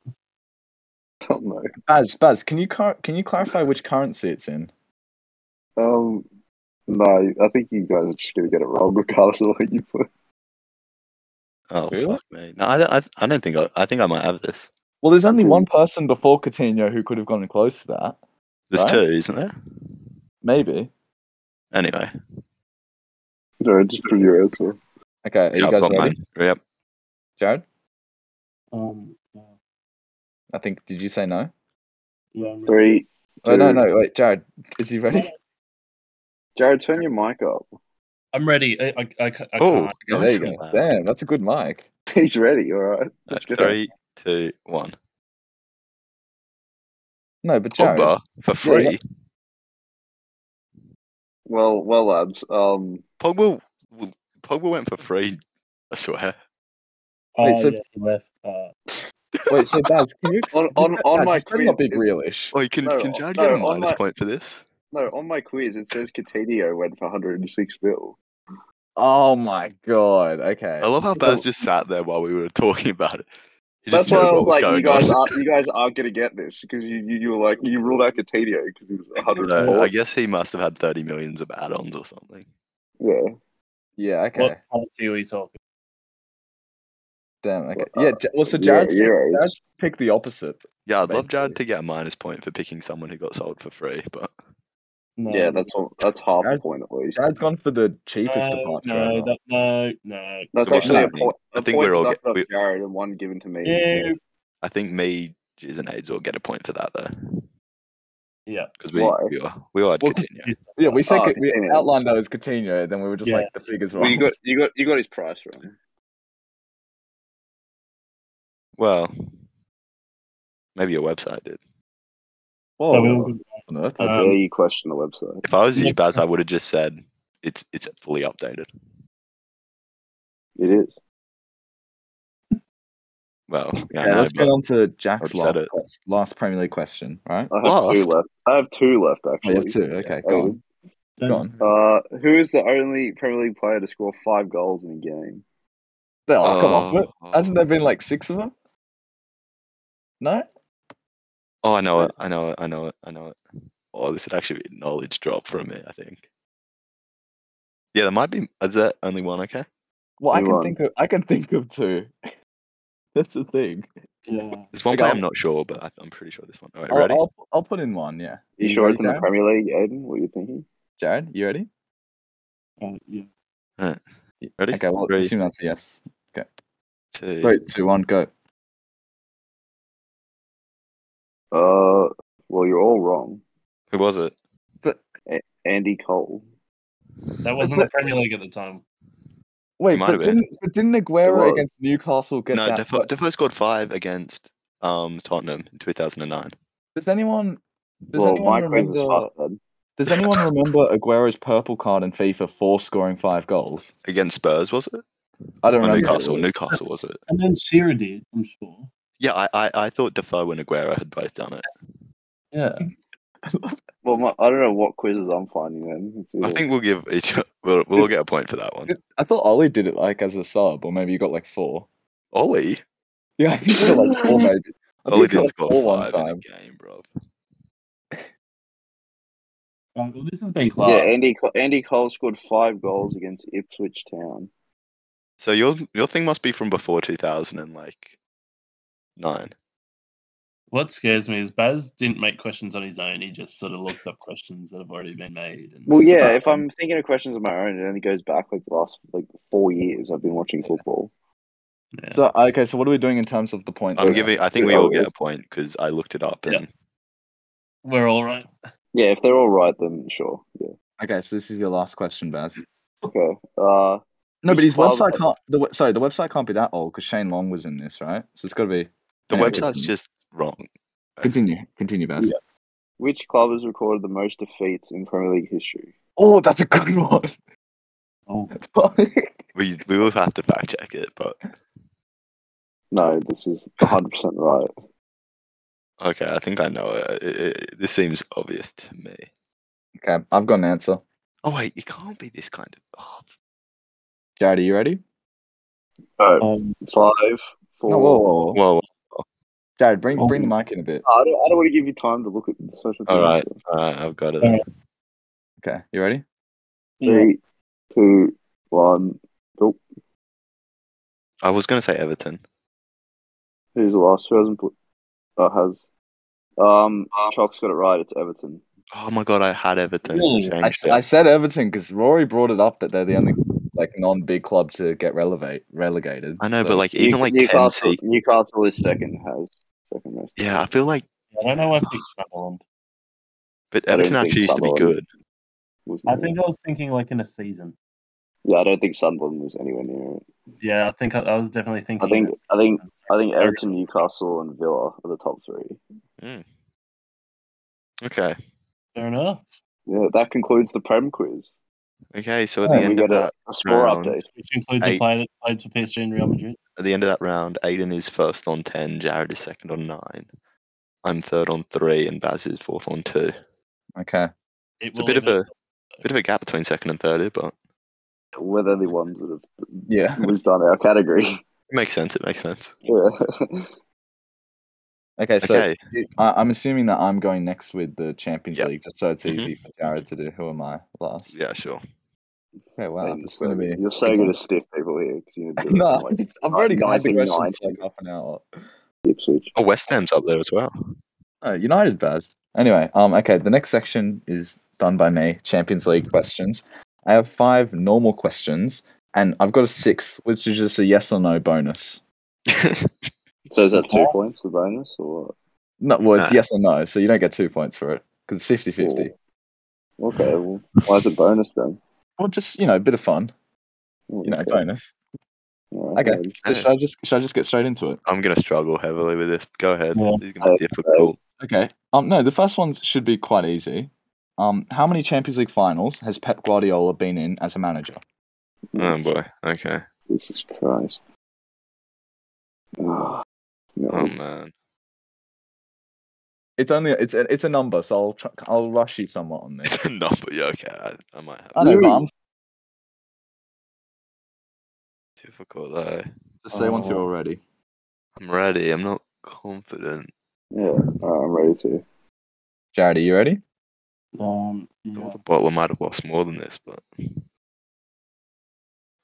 Speaker 4: I don't know.
Speaker 2: Baz, Baz, can you car- can you clarify which currency it's in?
Speaker 4: Um, no, I think you guys are just gonna get it wrong regardless of what you put.
Speaker 1: Oh
Speaker 2: Really?
Speaker 1: fuck me. No, I, don't- I, I don't think I, I think I might have this.
Speaker 2: Well, there's only one
Speaker 4: Jeez.
Speaker 2: person before Coutinho who could have gone close to that.
Speaker 1: There's
Speaker 2: Right?
Speaker 1: two, isn't there?
Speaker 2: Maybe.
Speaker 1: Anyway,
Speaker 4: No, just put your answer.
Speaker 2: Okay, are
Speaker 1: Yeah,
Speaker 2: you
Speaker 1: I've
Speaker 2: guys
Speaker 1: got
Speaker 2: ready?
Speaker 1: mine. Yep.
Speaker 2: Jared,
Speaker 3: Um,
Speaker 2: I think did you say no?
Speaker 3: yeah, I'm ready.
Speaker 4: Three.
Speaker 2: Oh no,
Speaker 4: Two.
Speaker 2: no, wait, Jared, is he ready?
Speaker 4: Jared, turn your mic up.
Speaker 3: I'm ready. I, I, I, ca- I
Speaker 1: Oh,
Speaker 3: can't.
Speaker 2: Yeah, there
Speaker 1: nice
Speaker 2: you go.
Speaker 1: and loud.
Speaker 2: Damn, that's a good mic.
Speaker 4: He's ready. All right.
Speaker 1: Uh,
Speaker 4: Let's go.
Speaker 1: three, two, one.
Speaker 2: No, but Jared,
Speaker 1: Pogba for
Speaker 2: Yeah, yeah.
Speaker 1: free.
Speaker 4: Well, well, lads. Um,
Speaker 1: Pogba. w- Pogba went for free. I swear.
Speaker 2: Wait,
Speaker 3: Oh,
Speaker 2: so-
Speaker 3: yes, he left. Uh,
Speaker 2: wait, so Baz, can you ex-
Speaker 4: On- on-
Speaker 2: Baz,
Speaker 4: on my
Speaker 2: this better not
Speaker 4: quiz,
Speaker 2: be
Speaker 4: it's-
Speaker 2: realish.
Speaker 1: Oh, you can
Speaker 4: No,
Speaker 1: can Jared
Speaker 4: no,
Speaker 1: get a
Speaker 4: on
Speaker 1: minus
Speaker 4: my-
Speaker 1: point for this?
Speaker 4: no, on my quiz it says Coutinho went for 106 mil.
Speaker 2: Oh my god. Okay.
Speaker 1: I love how
Speaker 2: So-
Speaker 1: Baz just sat there while we were talking about it. He just
Speaker 4: That's why
Speaker 1: knew
Speaker 4: I
Speaker 1: what
Speaker 4: was like, you
Speaker 1: going
Speaker 4: guys,
Speaker 1: on.
Speaker 4: aren't, you guys aren't gonna get this because you, you you were like you ruled out Coutinho because he was
Speaker 1: No,
Speaker 4: 104.
Speaker 1: I guess he must have had thirty millions of add-ons or something.
Speaker 4: Yeah.
Speaker 2: Yeah. Okay.
Speaker 3: What policy are you talking?
Speaker 2: Damn. Okay.
Speaker 4: uh,
Speaker 2: Yeah. Ja- well, so
Speaker 4: yeah,
Speaker 2: Jared's, pick-
Speaker 4: you're right.
Speaker 2: Jared's picked the opposite.
Speaker 1: Yeah, I'd love Jared
Speaker 2: Basically.
Speaker 1: to get a minus point for picking someone who got sold for free, but
Speaker 3: No,
Speaker 4: Yeah, that's all, that's half a
Speaker 2: Jared-
Speaker 4: point at least.
Speaker 2: Jared's gone for the cheapest
Speaker 3: no,
Speaker 2: departure.
Speaker 3: Uh, no,
Speaker 2: ever.
Speaker 3: that, no, no.
Speaker 4: That's
Speaker 1: So what's
Speaker 4: actually a
Speaker 1: happening?
Speaker 4: point.
Speaker 1: I
Speaker 4: A
Speaker 1: think
Speaker 4: point
Speaker 1: we're all
Speaker 4: deducted
Speaker 1: get-
Speaker 4: off
Speaker 1: we-
Speaker 4: Jared and one given to me.
Speaker 3: No.
Speaker 1: I think me, Jizz, and AIDS will get a point for that though,
Speaker 3: Yeah.
Speaker 1: because we,
Speaker 4: Why?
Speaker 1: we are we are
Speaker 2: Well,
Speaker 1: continue.
Speaker 2: Yeah, we said
Speaker 4: Oh,
Speaker 2: Ca- we
Speaker 4: Coutinho.
Speaker 2: outlined that as Coutinho, then we were just
Speaker 3: Yeah.
Speaker 2: like the figures wrong.
Speaker 4: Well, you got you got you got his price wrong.
Speaker 1: Well, maybe your website did.
Speaker 2: Whoa,
Speaker 3: So we all good.
Speaker 2: on earth?
Speaker 4: How
Speaker 3: Um,
Speaker 4: dare you question the website?
Speaker 1: If I was you,
Speaker 3: Next
Speaker 1: Baz, I
Speaker 3: time.
Speaker 1: would have just said it's it's fully updated.
Speaker 4: It is.
Speaker 1: Well, yeah,
Speaker 2: Okay,
Speaker 1: no,
Speaker 2: let's get
Speaker 1: but-
Speaker 2: on to Jack's
Speaker 1: I've said
Speaker 2: last,
Speaker 1: it.
Speaker 2: quest- last Premier League question, right?
Speaker 4: I have two
Speaker 1: Last?
Speaker 4: left. I have two left
Speaker 2: Oh, you
Speaker 4: actually.
Speaker 2: have two. Okay, go on. Go on.
Speaker 4: Uh, who is the only Premier League player to score five goals in a game?
Speaker 2: No, oh, come on. What?
Speaker 1: Oh,
Speaker 2: Hasn't there been like six of them? No?
Speaker 1: oh, I know it. I know it. I know it. I know it. Oh, this would actually be a knowledge drop from me. I think. Yeah, there might be. Is that only one? Okay.
Speaker 2: Well, I
Speaker 4: Go
Speaker 2: can
Speaker 4: on.
Speaker 2: think of I can think of two. That's the thing.
Speaker 3: Yeah.
Speaker 1: There's one
Speaker 2: Okay,
Speaker 1: player
Speaker 2: I'll-
Speaker 1: I'm not sure, but I, I'm pretty sure this one. All right,
Speaker 2: I'll,
Speaker 1: ready?
Speaker 2: I'll, I'll put in one. Yeah.
Speaker 4: You, sure
Speaker 2: ready,
Speaker 4: it's in the
Speaker 2: Jared?
Speaker 4: Premier League, Aiden? What are you thinking?
Speaker 2: Jared, you ready?
Speaker 3: Uh, yeah.
Speaker 2: Y-
Speaker 1: Ready?
Speaker 2: Okay. Well,
Speaker 1: Three,
Speaker 2: assume that's a yes.
Speaker 1: two.
Speaker 2: Three, two, one, go.
Speaker 4: Uh, well, you're all wrong.
Speaker 1: Who was it?
Speaker 4: Andy Cole.
Speaker 3: That wasn't the Premier League at the time.
Speaker 2: Wait,
Speaker 1: might
Speaker 2: but
Speaker 1: have been.
Speaker 2: didn't, but didn't Aguero
Speaker 4: was.
Speaker 2: against Newcastle get
Speaker 1: no,
Speaker 2: that?
Speaker 1: Defoe, Defoe scored five against um, Tottenham in 2009.
Speaker 2: Does anyone? Does
Speaker 4: well, my
Speaker 2: anyone
Speaker 4: quiz is
Speaker 2: remember?
Speaker 4: fucked then.
Speaker 2: Does anyone remember Aguero's purple card in FIFA for scoring five goals?
Speaker 1: Against Spurs, was it?
Speaker 2: I don't
Speaker 1: Or
Speaker 2: remember.
Speaker 1: Newcastle. Newcastle was it?
Speaker 3: And then Shearer did, I'm sure.
Speaker 1: Yeah, I, I, I thought Defoe and Aguero had both done it.
Speaker 3: Yeah.
Speaker 4: Well, my, I don't know what quizzes I'm finding then. It's
Speaker 1: I
Speaker 4: either-
Speaker 1: think we'll give each. We'll, we'll all get a point for that one.
Speaker 2: I thought Ollie did it like as a sub, or maybe you got like four.
Speaker 1: Ollie.
Speaker 2: Yeah, I think you got like four maybe. I
Speaker 1: Ollie
Speaker 2: think you got
Speaker 1: didn't
Speaker 2: like
Speaker 1: score
Speaker 2: four one
Speaker 1: five in a
Speaker 2: time.
Speaker 1: game, bro.
Speaker 3: Um, well, this has been
Speaker 4: yeah,
Speaker 3: class.
Speaker 4: Andy Co- Andy Cole scored five goals against Ipswich Town.
Speaker 1: So your your thing must be from before 2000 and like nine.
Speaker 3: What scares me is Baz didn't make questions on his own. He just sort of looked up questions that have already been made. And
Speaker 4: Well, yeah. If
Speaker 3: Um,
Speaker 4: I'm thinking of questions of my own, it only goes back like the last like four years. I've been watching football.
Speaker 3: yeah.
Speaker 2: So okay, so what are we doing in terms of the points?
Speaker 1: I'm
Speaker 2: now?
Speaker 1: giving. I think we all get a point because I looked it up. And
Speaker 3: Yeah. we're all right.
Speaker 4: Yeah, if they're all right, then sure. Yeah.
Speaker 2: Okay, so this is your last question, Baz.
Speaker 4: Okay. Uh,
Speaker 2: No, but
Speaker 4: Which
Speaker 2: his
Speaker 4: club-
Speaker 2: website can't. The we- sorry, the website can't be that old because Shane Long was in this, right? So it's got to be.
Speaker 1: the
Speaker 2: Yeah,
Speaker 1: website's
Speaker 2: continue.
Speaker 1: just wrong.
Speaker 2: Continue, continue, Baz.
Speaker 4: Yeah. which club has recorded the most defeats in Premier League history?
Speaker 2: Oh, that's a good one.
Speaker 3: Oh,
Speaker 1: We we will have to fact check it, but
Speaker 4: No, this is 100 percent right.
Speaker 1: okay, I think I know it. It- it- This seems obvious to me.
Speaker 2: okay, I've got an answer.
Speaker 1: Oh wait, it can't be this kind of. Oh,
Speaker 2: Jared, are you ready?
Speaker 4: All right,
Speaker 3: um,
Speaker 4: five, four.
Speaker 2: No, whoa, whoa, whoa.
Speaker 1: well,
Speaker 2: Jared, bring bring the
Speaker 3: Oh.
Speaker 2: mic in a bit.
Speaker 4: I don't, I don't want to give you time to look at the social.
Speaker 1: All
Speaker 4: media.
Speaker 1: all right, I've got it.
Speaker 3: Yeah.
Speaker 1: Then.
Speaker 2: Okay, you ready?
Speaker 3: yeah.
Speaker 4: Three, two, one.
Speaker 1: I was gonna say Everton.
Speaker 4: Who's the last? Who hasn't put? Uh, has. Um, Chalk's got it right. It's Everton.
Speaker 1: Oh my god, I had Everton.
Speaker 3: Really?
Speaker 1: Changed
Speaker 2: I,
Speaker 1: it.
Speaker 2: I said Everton because Rory brought it up that they're the only like non-big club to get relevate relegated.
Speaker 1: I know,
Speaker 2: So,
Speaker 1: but like even
Speaker 4: New-
Speaker 1: like ten
Speaker 4: Newcastle,
Speaker 1: seek.
Speaker 4: Newcastle is second, has second most.
Speaker 1: Yeah, I feel like,
Speaker 3: I don't know why I picked Sunderland.
Speaker 1: but
Speaker 4: I don't
Speaker 1: Everton
Speaker 4: think
Speaker 1: actually used to be
Speaker 4: Sunderland-
Speaker 1: good.
Speaker 4: wasn't
Speaker 3: I
Speaker 4: it?
Speaker 3: think I was thinking like in a season.
Speaker 4: Yeah, I don't think Sunderland was anywhere near it.
Speaker 3: Yeah, I think I, I was definitely
Speaker 1: Mm-hmm.
Speaker 3: thinking.
Speaker 4: think-
Speaker 3: in a
Speaker 4: I think-
Speaker 3: season.
Speaker 4: I think Everton, Newcastle, and Villa are the top three.
Speaker 1: Okay,
Speaker 3: Fair enough.
Speaker 4: Yeah, that concludes the Prem quiz.
Speaker 1: okay. So at
Speaker 2: Yeah,
Speaker 1: the
Speaker 4: we
Speaker 1: end of
Speaker 4: got a,
Speaker 1: that,
Speaker 4: a score
Speaker 1: round.
Speaker 4: update.
Speaker 3: Which includes
Speaker 1: Eight.
Speaker 3: a player that played for PSG and Real Madrid.
Speaker 1: at the end of that round, Aiden is first on ten, Jared is second on nine, I'm third on three, and Baz is fourth on two.
Speaker 2: Okay.
Speaker 3: It
Speaker 1: It's a
Speaker 3: will
Speaker 1: bit of
Speaker 3: even-
Speaker 1: a bit of a gap between second and third, here, but
Speaker 4: We're the only ones that
Speaker 2: Yeah.
Speaker 4: have we've done our category.
Speaker 1: it makes sense. It makes sense.
Speaker 4: Yeah.
Speaker 2: Okay. So
Speaker 1: okay,
Speaker 2: it- I, I'm assuming that I'm going next with the Champions
Speaker 1: Yep.
Speaker 2: League, just so it's
Speaker 1: Mhm.
Speaker 2: easy for Jared to do. Who am I last?
Speaker 1: yeah, sure.
Speaker 2: Okay. Wow.
Speaker 4: Man,
Speaker 2: this is
Speaker 4: so-
Speaker 2: gonna be.
Speaker 4: You're so good at stiff people here. 'cause you do it
Speaker 2: no,
Speaker 4: in, like,
Speaker 2: I've already got had the
Speaker 4: 1990.
Speaker 2: question for like half an hour.
Speaker 4: Ipswich.
Speaker 1: Oh, West Ham's up there as well.
Speaker 2: Oh, United Baz. Anyway, um, okay, the next section is done by me. Champions League questions. I have five normal questions, and I've got a sixth, which is just a yes or no bonus.
Speaker 4: So is that two points, the bonus, or what?
Speaker 2: No, well, it's
Speaker 1: Ah.
Speaker 2: yes or no, so you don't get two points for it because it's 50 50.
Speaker 4: Or- Okay, well, why is it bonus then?
Speaker 2: Well, just, you know, a bit of fun, you know,
Speaker 4: Okay.
Speaker 2: bonus.
Speaker 4: Alright,
Speaker 2: Okay.
Speaker 4: then.
Speaker 2: So
Speaker 1: Yeah.
Speaker 2: should I just should I just get straight into it?
Speaker 1: I'm gonna struggle heavily with this. Go ahead.
Speaker 3: Yeah.
Speaker 1: This is gonna be difficult.
Speaker 2: Okay. Um, no, the first one should be quite easy. Um, how many Champions League finals has Pep Guardiola been in as a manager?
Speaker 1: Oh boy. Okay.
Speaker 4: Jesus Christ. Ah, no.
Speaker 1: Oh man.
Speaker 2: It's only it's a, it's a number, so I'll tr- I'll rush you somewhat on this.
Speaker 1: It's a number. Yeah. Okay. I, I might have
Speaker 2: I know, but
Speaker 4: Ooh.
Speaker 2: I'm
Speaker 1: difficult though.
Speaker 2: Just say one two
Speaker 4: Oh.
Speaker 2: already.
Speaker 1: I'm ready. I'm not confident.
Speaker 4: Yeah, alright, I'm ready to.
Speaker 2: Jared, are you ready?
Speaker 3: Um,
Speaker 1: The
Speaker 3: yeah.
Speaker 1: other bottle might have lost more than this, but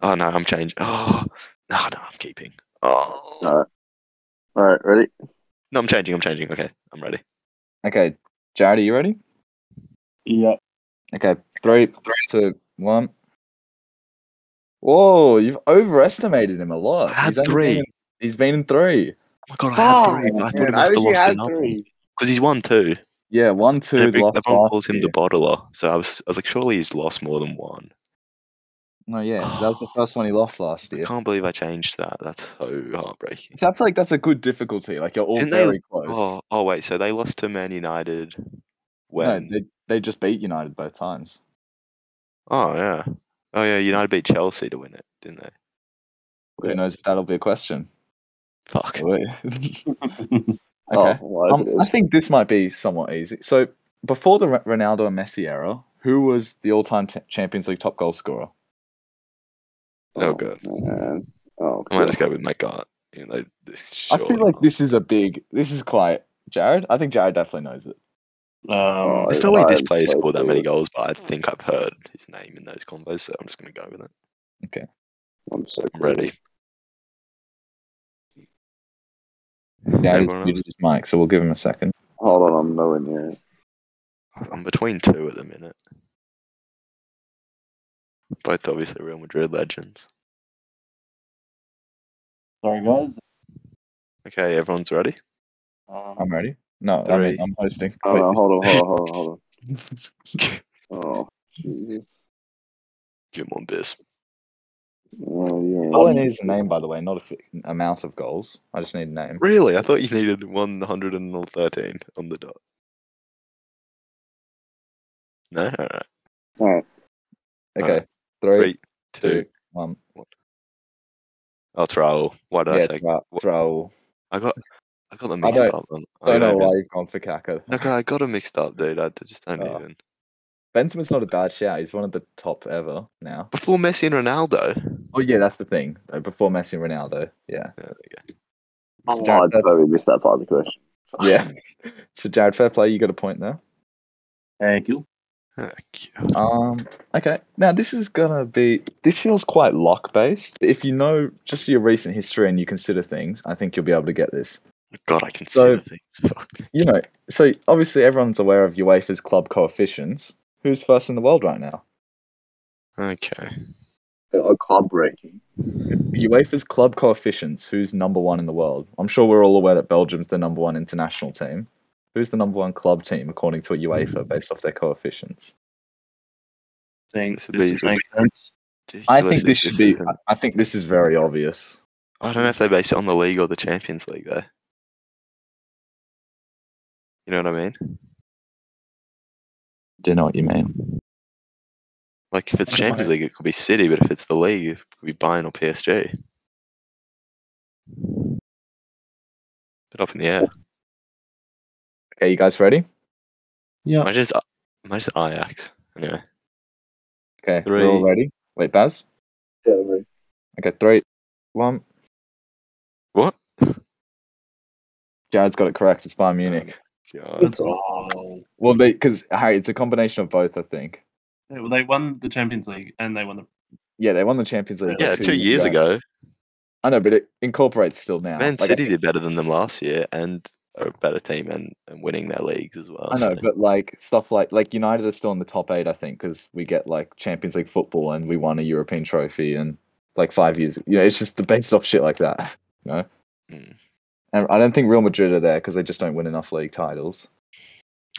Speaker 1: oh no, I'm changing. Oh no, no, I'm keeping. Oh
Speaker 4: Alright. Alright, ready?
Speaker 1: no, I'm changing. I'm changing. Okay, I'm ready.
Speaker 2: Okay, Jared, are you ready?
Speaker 3: yeah.
Speaker 2: Okay, three, two, one. Whoa, you've overestimated him a lot.
Speaker 1: I had
Speaker 2: Uh, only been
Speaker 1: three.
Speaker 2: in- he's been in three.
Speaker 1: Oh my god, I had three.
Speaker 4: Fuck,
Speaker 1: but I thought
Speaker 4: man,
Speaker 1: he must have
Speaker 4: wish you
Speaker 1: lost
Speaker 4: had
Speaker 1: another
Speaker 4: three.
Speaker 1: because he's won two.
Speaker 2: Yeah, one two.
Speaker 1: And every-
Speaker 2: lost
Speaker 1: everyone
Speaker 2: last
Speaker 1: calls him
Speaker 2: year.
Speaker 1: the bottler, so I was I was like, surely he's lost more than one.
Speaker 2: No, yeah, that was the first one he lost last
Speaker 1: I
Speaker 2: year.
Speaker 1: can't believe I changed that. That's so heartbreaking.
Speaker 2: So I feel like that's a good difficulty. Like you're all
Speaker 1: Didn't they-
Speaker 2: very close.
Speaker 1: Oh, oh wait, so they lost to Man United
Speaker 2: no,
Speaker 1: when?
Speaker 2: they they just beat United both times.
Speaker 1: Oh yeah, oh yeah, United beat Chelsea to win it, didn't they?
Speaker 2: Who
Speaker 4: Yeah.
Speaker 2: knows if that'll be a question?
Speaker 1: Fuck.
Speaker 2: okay.
Speaker 4: Oh, why
Speaker 2: Um,
Speaker 4: it is.
Speaker 2: I think this might be somewhat easy. So, before the Re- Ronaldo and Messi era, who was the all-time t- Champions League top goal scorer?
Speaker 1: Oh, God.
Speaker 4: Man. Oh,
Speaker 1: I might
Speaker 4: God.
Speaker 1: just go with my gut, even though this is
Speaker 2: I
Speaker 1: surely
Speaker 2: feel like
Speaker 1: not.
Speaker 2: this is a big. This is quite Jared. I think Jared definitely knows it.
Speaker 3: Um,
Speaker 1: There's no way this
Speaker 4: I'm
Speaker 1: player
Speaker 4: so
Speaker 1: scored that many
Speaker 4: clueless.
Speaker 1: goals, but I think I've heard his name in those convos, so I'm just going to go with it.
Speaker 4: I'm so
Speaker 1: I'm ready.
Speaker 4: clueless.
Speaker 2: Jared has
Speaker 1: Everyone
Speaker 2: muted his mic, so we'll give him a second.
Speaker 4: Hold on, I'm nowhere near it.
Speaker 1: else? I'm between two at the minute. Both obviously Real Madrid legends.
Speaker 3: sorry, guys.
Speaker 1: Okay, everyone's ready.
Speaker 3: Um,
Speaker 2: I'm ready. No, I mean,
Speaker 1: Three.
Speaker 2: I'm hosting.
Speaker 4: Oh,
Speaker 2: Wait,
Speaker 4: no,
Speaker 2: this-
Speaker 4: hold on, hold on, hold on, hold on. Oh, Jesus.
Speaker 1: Give him on this.
Speaker 4: Oh, you're
Speaker 2: all I
Speaker 4: right.
Speaker 2: need is a name, by the way, not a fi- amount of goals. I just need a name.
Speaker 1: Really? I thought you needed 113 on the dot. No? All right.
Speaker 4: Alright,
Speaker 2: Okay,
Speaker 1: Alright.
Speaker 2: three,
Speaker 1: Three,
Speaker 2: two, one.
Speaker 1: two. Oh, Raul. Why did I
Speaker 2: Yeah,
Speaker 1: say?
Speaker 2: throw.
Speaker 1: what-
Speaker 2: throw.
Speaker 1: I got, I got them
Speaker 2: I
Speaker 1: mixed
Speaker 2: don't-
Speaker 1: up. man. I
Speaker 2: Don't know
Speaker 1: don't
Speaker 2: why
Speaker 1: even-
Speaker 2: you've gone for Kaka.
Speaker 1: Okay, I got them mixed up, dude. I just don't
Speaker 2: Oh.
Speaker 1: even.
Speaker 2: Benzema's not a bad shout. He's one of the top ever now.
Speaker 1: before Messi and Ronaldo.
Speaker 2: Oh yeah, that's the thing. though, Before Messi and Ronaldo, yeah,
Speaker 4: oh,
Speaker 2: Jared,
Speaker 4: I totally missed that part of the question.
Speaker 2: yeah. so Jared, fair play. You got a point there.
Speaker 3: thank you.
Speaker 1: Heck,
Speaker 2: Um, okay. Now this is gonna be. This feels quite luck based. If you know just your recent history and you consider things, I think you'll be able to get this.
Speaker 1: God, I can see the
Speaker 2: So-
Speaker 1: things. Fuck.
Speaker 2: You know, so obviously everyone's aware of E UEFA's club coefficients. Who's first in the world right now?
Speaker 1: Okay.
Speaker 4: a club ranking.
Speaker 2: UEFA's E club coefficients. Who's number one in the world? I'm sure we're all aware that Belgium's the number one international team. Who's the number one club team according to
Speaker 1: Hmm.
Speaker 2: UEFA based off their coefficients?
Speaker 3: Think
Speaker 1: This would
Speaker 3: this
Speaker 1: be-
Speaker 3: would make sense.
Speaker 2: I
Speaker 1: Ridiculous
Speaker 2: think this should be.
Speaker 1: season.
Speaker 2: I think this is very obvious.
Speaker 1: I don't know if they base it on the league or the Champions League though. You know what I mean?
Speaker 2: Do know what you mean?
Speaker 1: Like if it's
Speaker 3: I don't
Speaker 1: Champions
Speaker 3: know.
Speaker 1: League, it could be City, but if it's the league, it could be Bayern or PSG. But up in the air.
Speaker 2: Okay, you guys ready?
Speaker 3: Yeah.
Speaker 1: Imagine it's, imagine it's Ajax. Anyway,
Speaker 2: Okay, we're all
Speaker 1: Three.
Speaker 2: ready. Wait, Baz.
Speaker 4: Yeah, I mean,
Speaker 2: Okay, three, one.
Speaker 1: what?
Speaker 2: Jared's got it correct. It's Bayern Munich.
Speaker 1: God.
Speaker 3: Oh.
Speaker 2: Well, they because Harry, it's a combination of both. I think.
Speaker 3: Yeah, well, they won the Champions League and they won the.
Speaker 2: Yeah, they won the Champions League.
Speaker 1: Yeah,
Speaker 2: like,
Speaker 1: two years ago,
Speaker 2: I know, but it incorporates still now.
Speaker 1: Man
Speaker 2: Like, I
Speaker 1: City did
Speaker 2: think-
Speaker 1: better than them last year and are a better team and, and winning their leagues as well.
Speaker 2: I know,
Speaker 1: so- Oh,
Speaker 2: but like stuff like like United are still in the top eight, I think, because we get like Champions League football and we won a European trophy and like five years. You know, it's just the based off shit like that. You know,
Speaker 1: Mm.
Speaker 2: and I don't think Real Madrid are there because they just don't win enough league titles.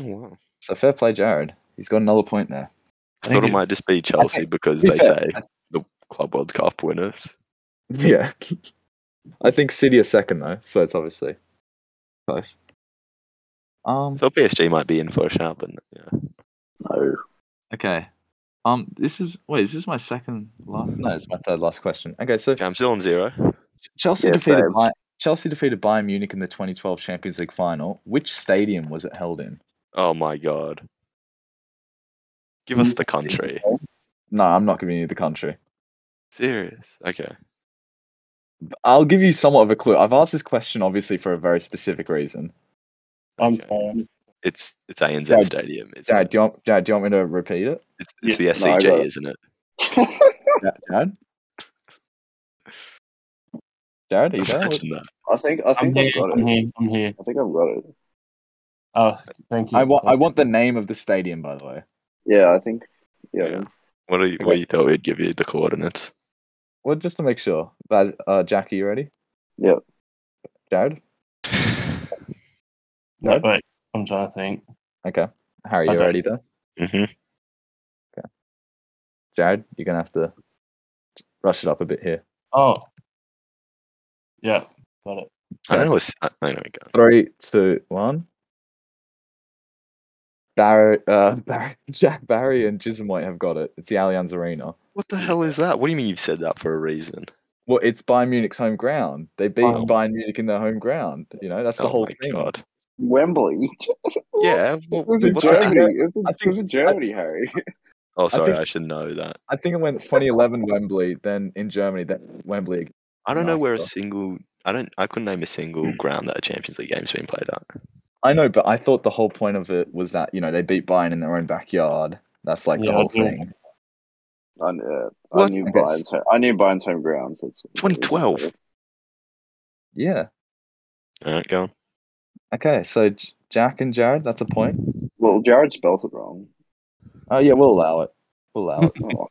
Speaker 1: Oh, wow.
Speaker 2: So fair play, Jared. He's got another point there.
Speaker 1: I
Speaker 3: think
Speaker 1: thought it
Speaker 3: it-
Speaker 1: might just be Chelsea because
Speaker 2: To
Speaker 1: they
Speaker 2: be
Speaker 1: say
Speaker 2: fair,
Speaker 1: the Club World Cup winners.
Speaker 2: Yeah. I think City are second though, so it's obviously close.
Speaker 1: I
Speaker 2: Um
Speaker 1: thought PSG might be in for a shout, but yeah.
Speaker 4: no.
Speaker 2: okay. Um this is wait, is this my second last no, it's my third last question. Okay, so
Speaker 1: Okay, I'm still on zero.
Speaker 2: Chelsea
Speaker 4: Yeah,
Speaker 2: defeated
Speaker 4: same.
Speaker 2: Bay- Chelsea defeated Bayern Munich in the 2012 Champions League final. Which stadium was it held in?
Speaker 1: Oh my god. Give us the country.
Speaker 2: No, I'm not giving you the country.
Speaker 1: Serious. Okay.
Speaker 2: I'll give you somewhat of a clue. I've asked this question obviously for a very specific reason.
Speaker 3: I'm
Speaker 1: Okay.
Speaker 3: sorry. I'm-
Speaker 1: It's it's ANZ
Speaker 2: Dad-
Speaker 1: Stadium. It's,
Speaker 2: Dad,
Speaker 1: uh,
Speaker 2: do you want, Dad, do you want me to repeat it?
Speaker 1: it's, it's
Speaker 4: Yes,
Speaker 1: the
Speaker 4: no, I
Speaker 1: SCG,
Speaker 4: got it.
Speaker 1: isn't it?
Speaker 2: Dad? Dad? Jared, are you there?
Speaker 1: Imagine that.
Speaker 4: I think I
Speaker 3: I'm
Speaker 4: think
Speaker 3: here.
Speaker 4: I've got
Speaker 3: I'm
Speaker 4: it.
Speaker 3: here. I'm here.
Speaker 4: I think I've got it.
Speaker 3: Oh, thank you.
Speaker 2: I want I want the name of the stadium, by the way.
Speaker 4: Yeah, I think. Yeah.
Speaker 1: Yeah. What do you what
Speaker 2: Okay.
Speaker 1: you thought we'd give you the coordinates?
Speaker 2: Well, just to make sure. Baz, uh, Jack, are you ready?
Speaker 4: Yep.
Speaker 2: Jared.
Speaker 3: No, wait. I'm trying to think.
Speaker 2: Okay. Harry,
Speaker 3: I
Speaker 2: you
Speaker 3: don't-
Speaker 2: ready there?
Speaker 1: hmm
Speaker 2: Jared, you're gonna have to rush it up a bit here.
Speaker 3: Oh. Yeah. Got it.
Speaker 1: I don't know. What's, I don't know. go.
Speaker 2: Three, two, one. Barry, uh, Barry, Jack Barry and Jism White have got it. It's the Allianz Arena.
Speaker 1: What the hell is that? What do you mean you've said that for a reason?
Speaker 2: Well, it's Bayern Munich's home ground. They beat
Speaker 1: Oh.
Speaker 2: Bayern Munich in their home ground. You know, that's the
Speaker 1: oh
Speaker 2: whole
Speaker 1: my
Speaker 2: thing.
Speaker 1: god.
Speaker 4: Wembley.
Speaker 1: Yeah. What,
Speaker 4: It was in
Speaker 1: what's that?
Speaker 4: Germany. It was in-
Speaker 2: I
Speaker 4: it was in
Speaker 2: think-
Speaker 4: Germany, Harry.
Speaker 1: Oh, sorry.
Speaker 2: think-
Speaker 1: I should know that.
Speaker 2: I think it went 2011 Wembley, then in Germany, then Wembley again.
Speaker 1: I don't know
Speaker 2: Nice
Speaker 1: where a
Speaker 2: stuff.
Speaker 1: single. I don't. I couldn't name a single ground that a Champions League game's been played at.
Speaker 2: I know, but I thought the whole point of it was that you know they beat Bayern in their own backyard. That's like
Speaker 3: Yeah,
Speaker 2: the
Speaker 3: I
Speaker 2: whole
Speaker 3: do.
Speaker 2: thing.
Speaker 4: I, uh, I
Speaker 1: What?
Speaker 4: knew
Speaker 2: Okay.
Speaker 4: Bayern's. Home, I knew Bayern's home grounds. That's
Speaker 1: 2012.
Speaker 2: Yeah.
Speaker 1: All right, go on.
Speaker 2: Okay. So J- Jack and Jared, that's a point.
Speaker 4: Well, Jared spelt it wrong.
Speaker 2: Oh yeah, we'll allow it. We'll allow it.
Speaker 4: Oh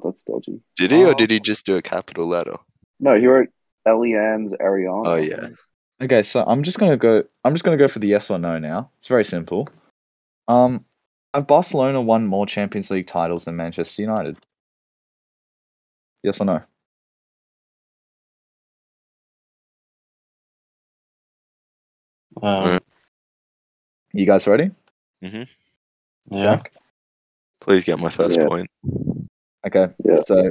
Speaker 4: god, that's dodgy.
Speaker 1: Did he or
Speaker 3: Oh.
Speaker 1: did he just do a capital letter?
Speaker 4: No, he wrote Elian's Ariana.
Speaker 1: Oh, yeah.
Speaker 2: Okay. So I'm just gonna go. I'm just gonna go for the yes or no now. It's very simple. Um, have Barcelona won more Champions League titles than Manchester United? Yes or no?
Speaker 3: Um,
Speaker 2: You guys ready?
Speaker 3: yeah.
Speaker 1: Please get my first
Speaker 4: Yeah.
Speaker 1: point.
Speaker 2: Okay.
Speaker 4: Yeah.
Speaker 2: So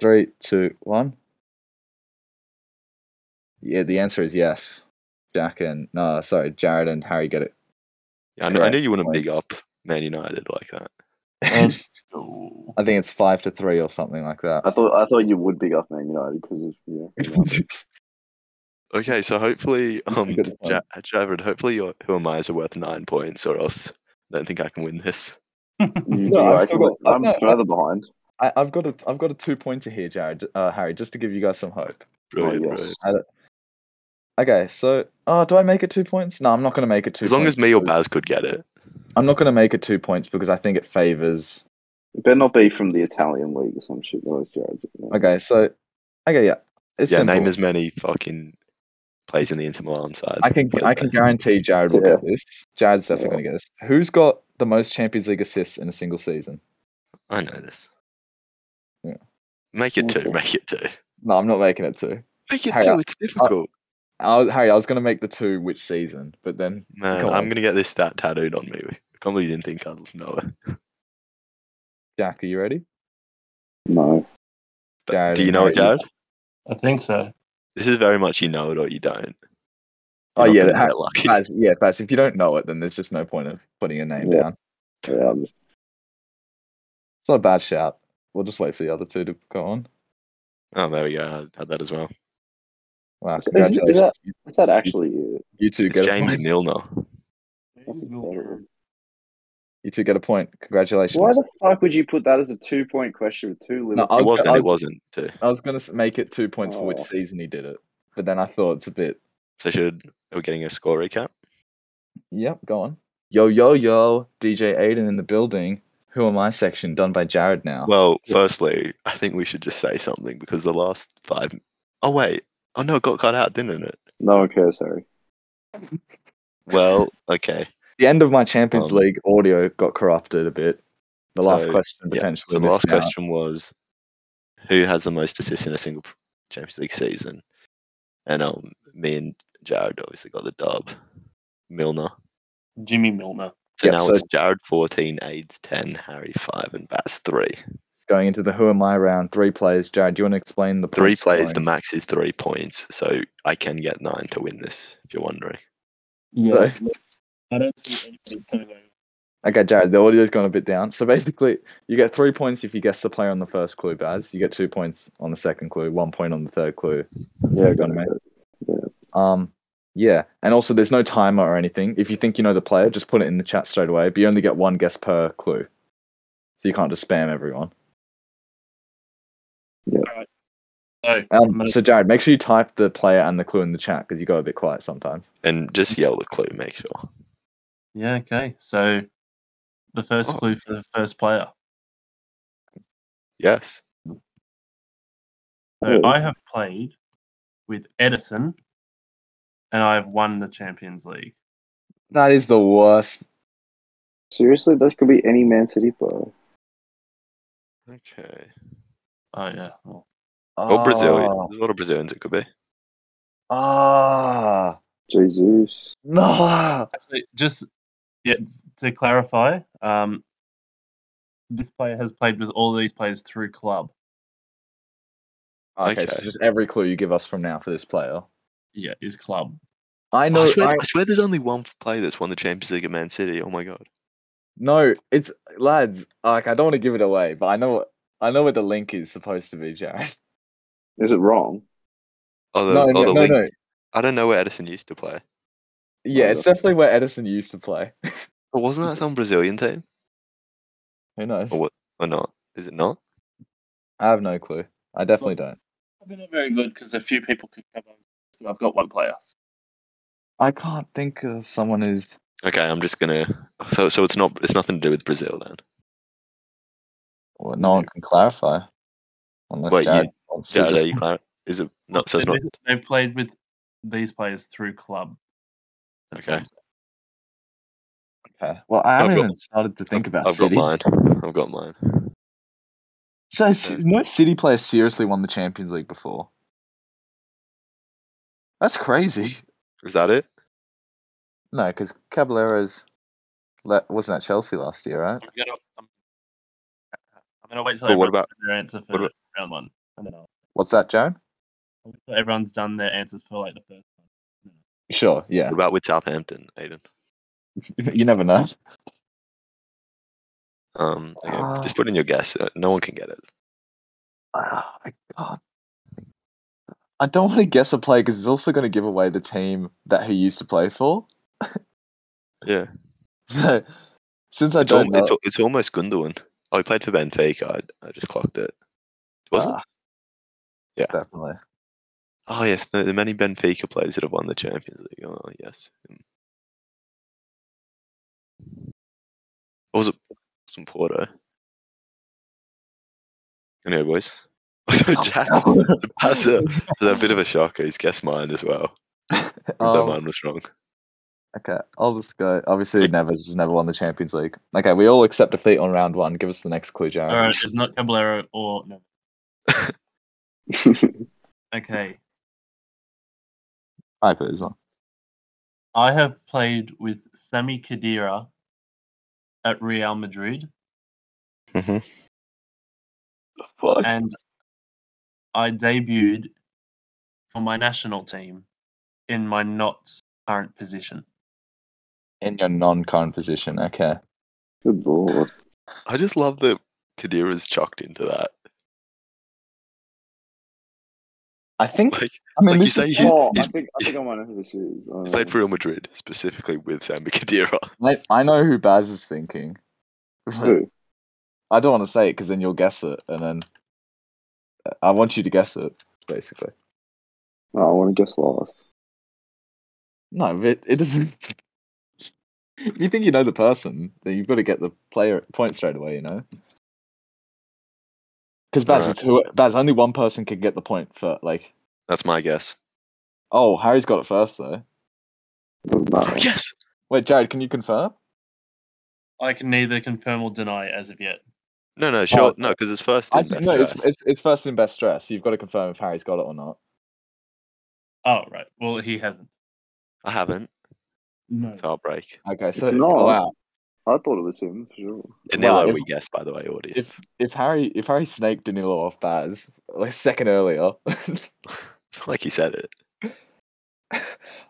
Speaker 2: three, two, one. Yeah, the answer is yes. Jack and no, sorry, Jared and Harry get it.
Speaker 1: Yeah, I, kn- I knew
Speaker 2: Correct.
Speaker 1: you wouldn't
Speaker 2: Like-
Speaker 1: big up Man United like that.
Speaker 3: Um,
Speaker 2: I
Speaker 3: oh.
Speaker 2: think it's five to three or something like
Speaker 4: I
Speaker 2: that.
Speaker 4: thought I thought you would big up Man United because of yeah. Ronaldo.
Speaker 1: Okay, so hopefully, um,
Speaker 2: good one.
Speaker 1: ja- Jared, hopefully your who am I's are worth nine points, or else I don't think I can win this.
Speaker 4: You
Speaker 2: No,
Speaker 4: do,
Speaker 2: I've
Speaker 4: I
Speaker 2: still
Speaker 4: can-
Speaker 2: got-
Speaker 4: I'm
Speaker 2: no, I-
Speaker 4: further behind.
Speaker 2: I, I've got a I've got a two pointer here, Jared, uh, Harry, just to give you guys some hope.
Speaker 1: Brilliant,
Speaker 4: yes.
Speaker 1: brilliant.
Speaker 2: Uh, Okay, so oh, do I make it two points? No, I'm not going to make it two.
Speaker 1: As long
Speaker 2: points
Speaker 1: as me or
Speaker 2: because-
Speaker 1: Baz could get it.
Speaker 2: I'm not going to make it two points because I think it favors
Speaker 4: It better not be from the Italian league or some shit. Those Jared's.
Speaker 2: Okay, so okay, yeah, it's
Speaker 1: yeah,
Speaker 2: simple.
Speaker 1: name as many fucking plays in the Inter Milan side.
Speaker 2: I can
Speaker 1: Players
Speaker 2: I can
Speaker 1: there.
Speaker 2: guarantee Jared will
Speaker 4: Yeah.
Speaker 2: get this. Jared's definitely
Speaker 4: Yeah.
Speaker 2: going to get this. Who's got the most Champions League assists in a single season?
Speaker 1: I know this.
Speaker 2: Yeah.
Speaker 1: Make it two.
Speaker 4: Okay.
Speaker 1: Make it two.
Speaker 2: No, I'm not making it two.
Speaker 1: Make it
Speaker 2: Hurry
Speaker 1: two.
Speaker 2: up.
Speaker 1: It's difficult.
Speaker 2: I was, Harry, I was going to make the two which season, but then
Speaker 1: Man,
Speaker 2: go
Speaker 1: I'm
Speaker 2: on.
Speaker 1: gonna get this stat tattooed on me. I can't believe you didn't think I'd know it.
Speaker 2: Jack, are you ready?
Speaker 4: No.
Speaker 1: But
Speaker 2: Jared
Speaker 1: do you
Speaker 2: and
Speaker 1: know it,
Speaker 2: Harry.
Speaker 1: Jared?
Speaker 3: I think so.
Speaker 1: This is very much you know it or you don't.
Speaker 2: Oh,
Speaker 1: You're not
Speaker 2: yeah,
Speaker 1: gonna
Speaker 2: that-
Speaker 1: get lucky.
Speaker 2: Baz, yeah, Baz, if you don't know it, then there's just no point of putting a name
Speaker 4: Yeah.
Speaker 2: down.
Speaker 4: Yeah, I'm just-
Speaker 2: It's not a bad shout. We'll just wait for the other two to go on.
Speaker 1: Oh, there we go. I had that as well.
Speaker 2: Wow,
Speaker 4: Is- is that-
Speaker 2: congratulations. You-
Speaker 4: is that actually it?
Speaker 2: you two
Speaker 1: It's
Speaker 2: get a
Speaker 1: James
Speaker 2: point.
Speaker 1: Milner.
Speaker 4: That's incredible.
Speaker 2: You two get a point. Congratulations.
Speaker 4: Why the fuck would you put that as a two point question with two
Speaker 2: No,
Speaker 4: Liverpool?
Speaker 2: I
Speaker 1: It
Speaker 2: was,
Speaker 1: was
Speaker 2: I
Speaker 1: and it
Speaker 2: was,
Speaker 1: wasn't too.
Speaker 2: I was going to make it two points for which
Speaker 4: Oh.
Speaker 2: season he did it, but then I thought it's a bit
Speaker 1: So should are we getting a score recap?
Speaker 2: Yep, go on. Yo, yo, yo, DJ Aiden in the building. Who am I section done by Jared now?
Speaker 1: Well, firstly, I think we should just say something because the last five Oh wait. Oh no, it got cut out, didn't it?
Speaker 4: No one cares, Harry.
Speaker 1: Well, okay.
Speaker 2: the end of my Champions
Speaker 1: um,
Speaker 2: League audio got corrupted a bit. The last
Speaker 1: so,
Speaker 2: question
Speaker 1: Yeah.
Speaker 2: potentially.
Speaker 1: So the last
Speaker 2: missing out.
Speaker 1: question was, who has the most assists in a single pr- Champions League season? And um, me and Jared obviously got the dub. Milner.
Speaker 3: Jimmy Milner.
Speaker 1: So
Speaker 2: Yep,
Speaker 1: now
Speaker 2: so-
Speaker 1: it's Jared fourteen, Aids ten, Harry five, and Bats three.
Speaker 2: Going into the Who Am I round, three plays. Jared, do you want to explain the
Speaker 1: Three
Speaker 2: points
Speaker 1: plays. The
Speaker 2: scoring?
Speaker 1: max is three points, so I can get nine to win this. If you're wondering,
Speaker 3: Yeah. I don't see anybody coming over.
Speaker 2: Okay, Jared, the audio's gone a bit down. So basically, you get three points if you guess the player on the first clue, Baz. You get two points on the second clue, one point on the third clue.
Speaker 4: Yeah, got
Speaker 2: got it, mate.
Speaker 4: it.
Speaker 2: Um, yeah, and also there's no timer or anything. If you think you know the player, just put it in the chat straight away. But you only get one guess per clue, so you can't just spam everyone.
Speaker 3: So, I'm
Speaker 2: Um,
Speaker 3: gonna-
Speaker 2: so Jared, make sure you type the player and the clue in the chat because you go a bit quiet sometimes.
Speaker 1: and just yell the clue. Make sure.
Speaker 3: yeah, okay. So the first
Speaker 1: Oh.
Speaker 3: clue for the first player.
Speaker 1: Yes.
Speaker 3: So
Speaker 4: Oh.
Speaker 3: I have played with Edison and I have won the Champions League.
Speaker 2: That is the worst.
Speaker 4: Seriously, that could be any Man City player.
Speaker 1: Okay.
Speaker 3: Oh, yeah. Well,
Speaker 1: Or Brazilian.
Speaker 2: Ah,
Speaker 1: There's a lot of Brazilians. It could be.
Speaker 2: Ah,
Speaker 4: Jesus.
Speaker 2: no.
Speaker 3: actually, just yeah, to clarify, um, this player has played with all these players through club.
Speaker 2: Okay, so
Speaker 1: Okay.
Speaker 2: just every clue you give us from now for this player.
Speaker 3: Yeah, is club.
Speaker 2: I
Speaker 1: Oh,
Speaker 2: know.
Speaker 1: I, swear,
Speaker 2: I-
Speaker 1: I swear there's only one player that's won the Champions League at Man City. Oh my god.
Speaker 2: No, it's lads. Like I don't want to give it away, but I know. what I know what the link is supposed to be, Jared.
Speaker 4: Is it wrong?
Speaker 1: Oh, the,
Speaker 2: No,
Speaker 1: oh,
Speaker 2: no,
Speaker 1: the
Speaker 2: no,
Speaker 1: link.
Speaker 2: no.
Speaker 1: I don't know where Edison used to play.
Speaker 2: Yeah,
Speaker 4: Oh,
Speaker 2: it's definitely where Edison used to play.
Speaker 1: But wasn't that some Brazilian team
Speaker 2: Who knows?
Speaker 1: Oh, what- or not? Is it not?
Speaker 2: I have no clue. I definitely don't.
Speaker 3: Probably not very good because a few people could come on. So I've got one player.
Speaker 2: I can't think of someone who's.
Speaker 1: Okay, I'm just gonna. So, so it's not. It's nothing to do with Brazil then.
Speaker 2: Well, no one can clarify. Unless
Speaker 1: Wait, you-
Speaker 2: Dad wants to
Speaker 1: Jared, are
Speaker 2: just-
Speaker 1: you clar- Is it not? So it's not.
Speaker 3: They've played with these players through club. what
Speaker 1: Okay.
Speaker 3: I'm saying.
Speaker 2: Okay. Well, I
Speaker 1: I've
Speaker 2: haven't
Speaker 1: got-
Speaker 2: even started to think about
Speaker 1: I've got
Speaker 2: City.
Speaker 1: mine. I've got mine.
Speaker 2: So, s- no City player seriously won the Champions League before. That's crazy.
Speaker 1: Is that it?
Speaker 2: No, because Caballero's le- wasn't at Chelsea last year, right?
Speaker 3: I'm gonna, I'm, I'm gonna wait till
Speaker 1: But what
Speaker 3: everyone's
Speaker 1: about-
Speaker 3: done their answer for
Speaker 1: what about-
Speaker 3: round one, and then I'll,
Speaker 2: What's that, Jared?
Speaker 3: I'll wait till everyone's done their answers for like the first one.
Speaker 2: Sure. Yeah.
Speaker 1: What about with Southampton, Aiden?
Speaker 2: you never know.
Speaker 1: Um, okay,
Speaker 2: Ah.
Speaker 1: just put in your guess. Uh, No one can get it.
Speaker 2: Ah, I can't. I don't want to guess a player because it's also going to give away the team that he used to play for.
Speaker 1: Yeah,
Speaker 2: So, Since I
Speaker 1: it's,
Speaker 2: don't
Speaker 1: al-
Speaker 2: know,
Speaker 1: it's, al- it's almost Gundogan. Oh, he played for Benfica. I, I just clocked it. Was it?
Speaker 2: ah,
Speaker 1: Yeah.
Speaker 2: definitely.
Speaker 1: Oh yes, the, the many Benfica players that have won the Champions League. Oh yes. Mm. Or was it? Some Porto. Anyway, boys. So Jack's has a, has a bit of a shocker. He's guessed mine as well. Even though
Speaker 2: Um,
Speaker 1: mine was wrong.
Speaker 2: Okay, I'll just go. Obviously, Nevers has never won the Champions League. Okay, we all accept defeat on round one. Give us the next clue,
Speaker 1: Ah.
Speaker 2: Jared.
Speaker 3: All right, it's not Caballero or no. Okay,
Speaker 2: I put it as well.
Speaker 3: I have played with Sami Khedira at Real Madrid,
Speaker 2: Mm-hmm.
Speaker 1: hmm
Speaker 2: Fuck.
Speaker 3: and I debuted for my national team in my not current position.
Speaker 2: In your non-current position, okay.
Speaker 4: Good lord.
Speaker 1: I just love that Kadira's chucked into that.
Speaker 2: I think.
Speaker 1: Like,
Speaker 2: I mean,
Speaker 1: like you
Speaker 2: this
Speaker 1: say,
Speaker 2: is-
Speaker 1: he
Speaker 4: Oh, I
Speaker 1: he's-
Speaker 4: think I think I might know who this is. Um,
Speaker 1: played for Real Madrid, specifically with Sami Kadira.
Speaker 2: I, I know who Baz is thinking.
Speaker 4: who?
Speaker 2: I don't want to say it because then you'll guess it, and then I want you to guess it, basically.
Speaker 4: Oh, I want to guess last.
Speaker 2: No, but it, it doesn't. if you think you know the person, then you've got to get the player point straight away, you know. Because Baz,
Speaker 1: Right.
Speaker 2: it's who Baz. Only one person can get the point for like.
Speaker 1: That's my guess.
Speaker 2: Oh, Harry's got it first though.
Speaker 4: It doesn't matter.
Speaker 1: Oh, yes.
Speaker 2: Wait, Jared, can you confirm?
Speaker 3: I can neither confirm or deny as of yet.
Speaker 1: No, no, sure.
Speaker 2: Oh.
Speaker 1: no, because it's first
Speaker 2: I
Speaker 1: in
Speaker 2: think
Speaker 1: best
Speaker 2: no, it's,
Speaker 1: dress.
Speaker 2: it's it's first in best dress. So you've got to confirm if Harry's got it or not.
Speaker 3: Oh right, well he hasn't.
Speaker 1: I haven't.
Speaker 2: Hmm.
Speaker 3: No.
Speaker 1: So I'll break.
Speaker 2: Okay, so
Speaker 4: It's not.
Speaker 2: oh, wow.
Speaker 4: I thought it was him for sure.
Speaker 1: Danilo,
Speaker 2: if-
Speaker 1: we guessed, by the way, audience.
Speaker 2: If if Harry if Harry snaked Danilo off Baz like a second earlier,
Speaker 1: It's not like he said it.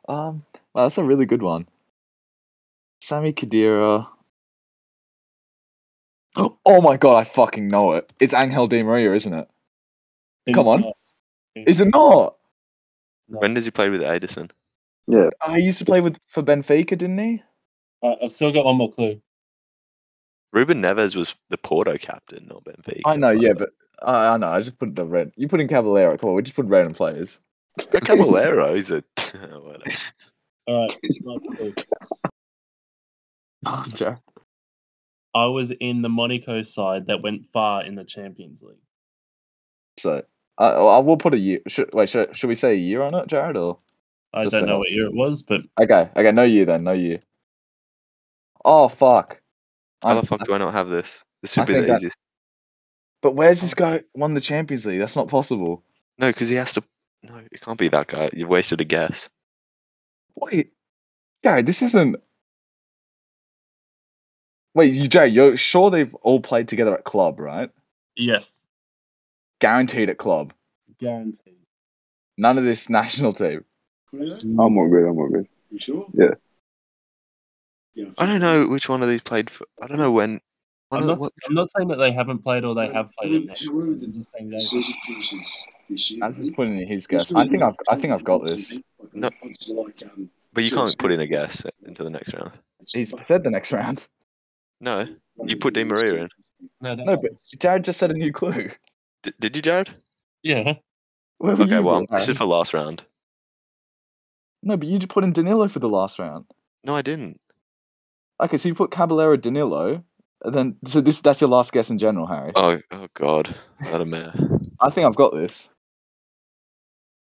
Speaker 2: um, wow, that's a really good one. Sammy Kadira. Oh my god, I fucking know it. It's Angel Di Maria, isn't it? Come on. Is it not?
Speaker 1: When does he play with Edison?
Speaker 2: I Uh, used to play with for Benfica, didn't he?
Speaker 3: Uh, I've still got one more clue.
Speaker 1: Ruben Neves was the Porto captain, not Benfica.
Speaker 2: I know,
Speaker 1: by
Speaker 2: yeah,
Speaker 1: the way.
Speaker 2: but I I know. I just put the red. You put in Cavallero. Come on, we just put random players.
Speaker 1: But Caballero, he's a. whatever.
Speaker 3: All right, it's my clue.
Speaker 1: Oh,
Speaker 2: Jared.
Speaker 3: I was in the Monaco side that went far in the Champions League.
Speaker 2: So I I will put a year. Should, wait, should, should we say a year on it, Jared? Or
Speaker 3: I
Speaker 2: Just
Speaker 3: don't know
Speaker 2: announced.
Speaker 3: what year it was, but
Speaker 2: okay, okay, no year then, no year. Oh fuck!
Speaker 1: How
Speaker 2: I'm-
Speaker 1: the fuck do I not have this? This should
Speaker 2: I
Speaker 1: be the
Speaker 2: think I-
Speaker 1: easiest.
Speaker 2: But where's this guy won the Champions League? That's not possible.
Speaker 1: No, because he has to. No, it can't be that guy. You wasted a guess.
Speaker 2: Wait, Jared, this isn't. Wait, you Jared, you're sure they've all played together at club, right?
Speaker 3: yes,
Speaker 2: Guaranteed at club.
Speaker 3: guaranteed.
Speaker 2: None of this national team.
Speaker 5: Really?
Speaker 4: I'm all good. I'm all good.
Speaker 5: You sure?
Speaker 4: Yeah.
Speaker 5: Yeah.
Speaker 1: I don't know which one of these played for. I don't know when. One
Speaker 3: I'm
Speaker 1: of
Speaker 3: not,
Speaker 1: the- what-
Speaker 3: I'm not saying that they haven't played or they have played in there.
Speaker 5: Who-
Speaker 3: I'm just saying they
Speaker 5: Season finishes this year.
Speaker 2: I'm just
Speaker 5: right?
Speaker 2: putting in his guess. I think I've, I think I've got this.
Speaker 1: No.
Speaker 5: It's like, um,
Speaker 1: but you
Speaker 5: sure,
Speaker 1: can't
Speaker 5: it's
Speaker 1: put
Speaker 5: good.
Speaker 1: in a guess into the next round.
Speaker 5: it's
Speaker 2: He's
Speaker 5: fucking-
Speaker 2: said the next round.
Speaker 1: No. You put Di Maria in.
Speaker 3: No, no,
Speaker 2: No, but Jared just said a new clue.
Speaker 1: D- did you, Jared?
Speaker 3: yeah.
Speaker 2: Where were
Speaker 1: Okay,
Speaker 2: you,
Speaker 1: well, I'm- this
Speaker 2: Jared?
Speaker 1: is for last round.
Speaker 2: No, but you just put in Danilo for the last round.
Speaker 1: No, I didn't.
Speaker 2: Okay, so you put Caballero, Danilo, and then so this that's your last guess in general, Harry.
Speaker 1: Oh, oh God. What a mess.
Speaker 2: I think I've got this.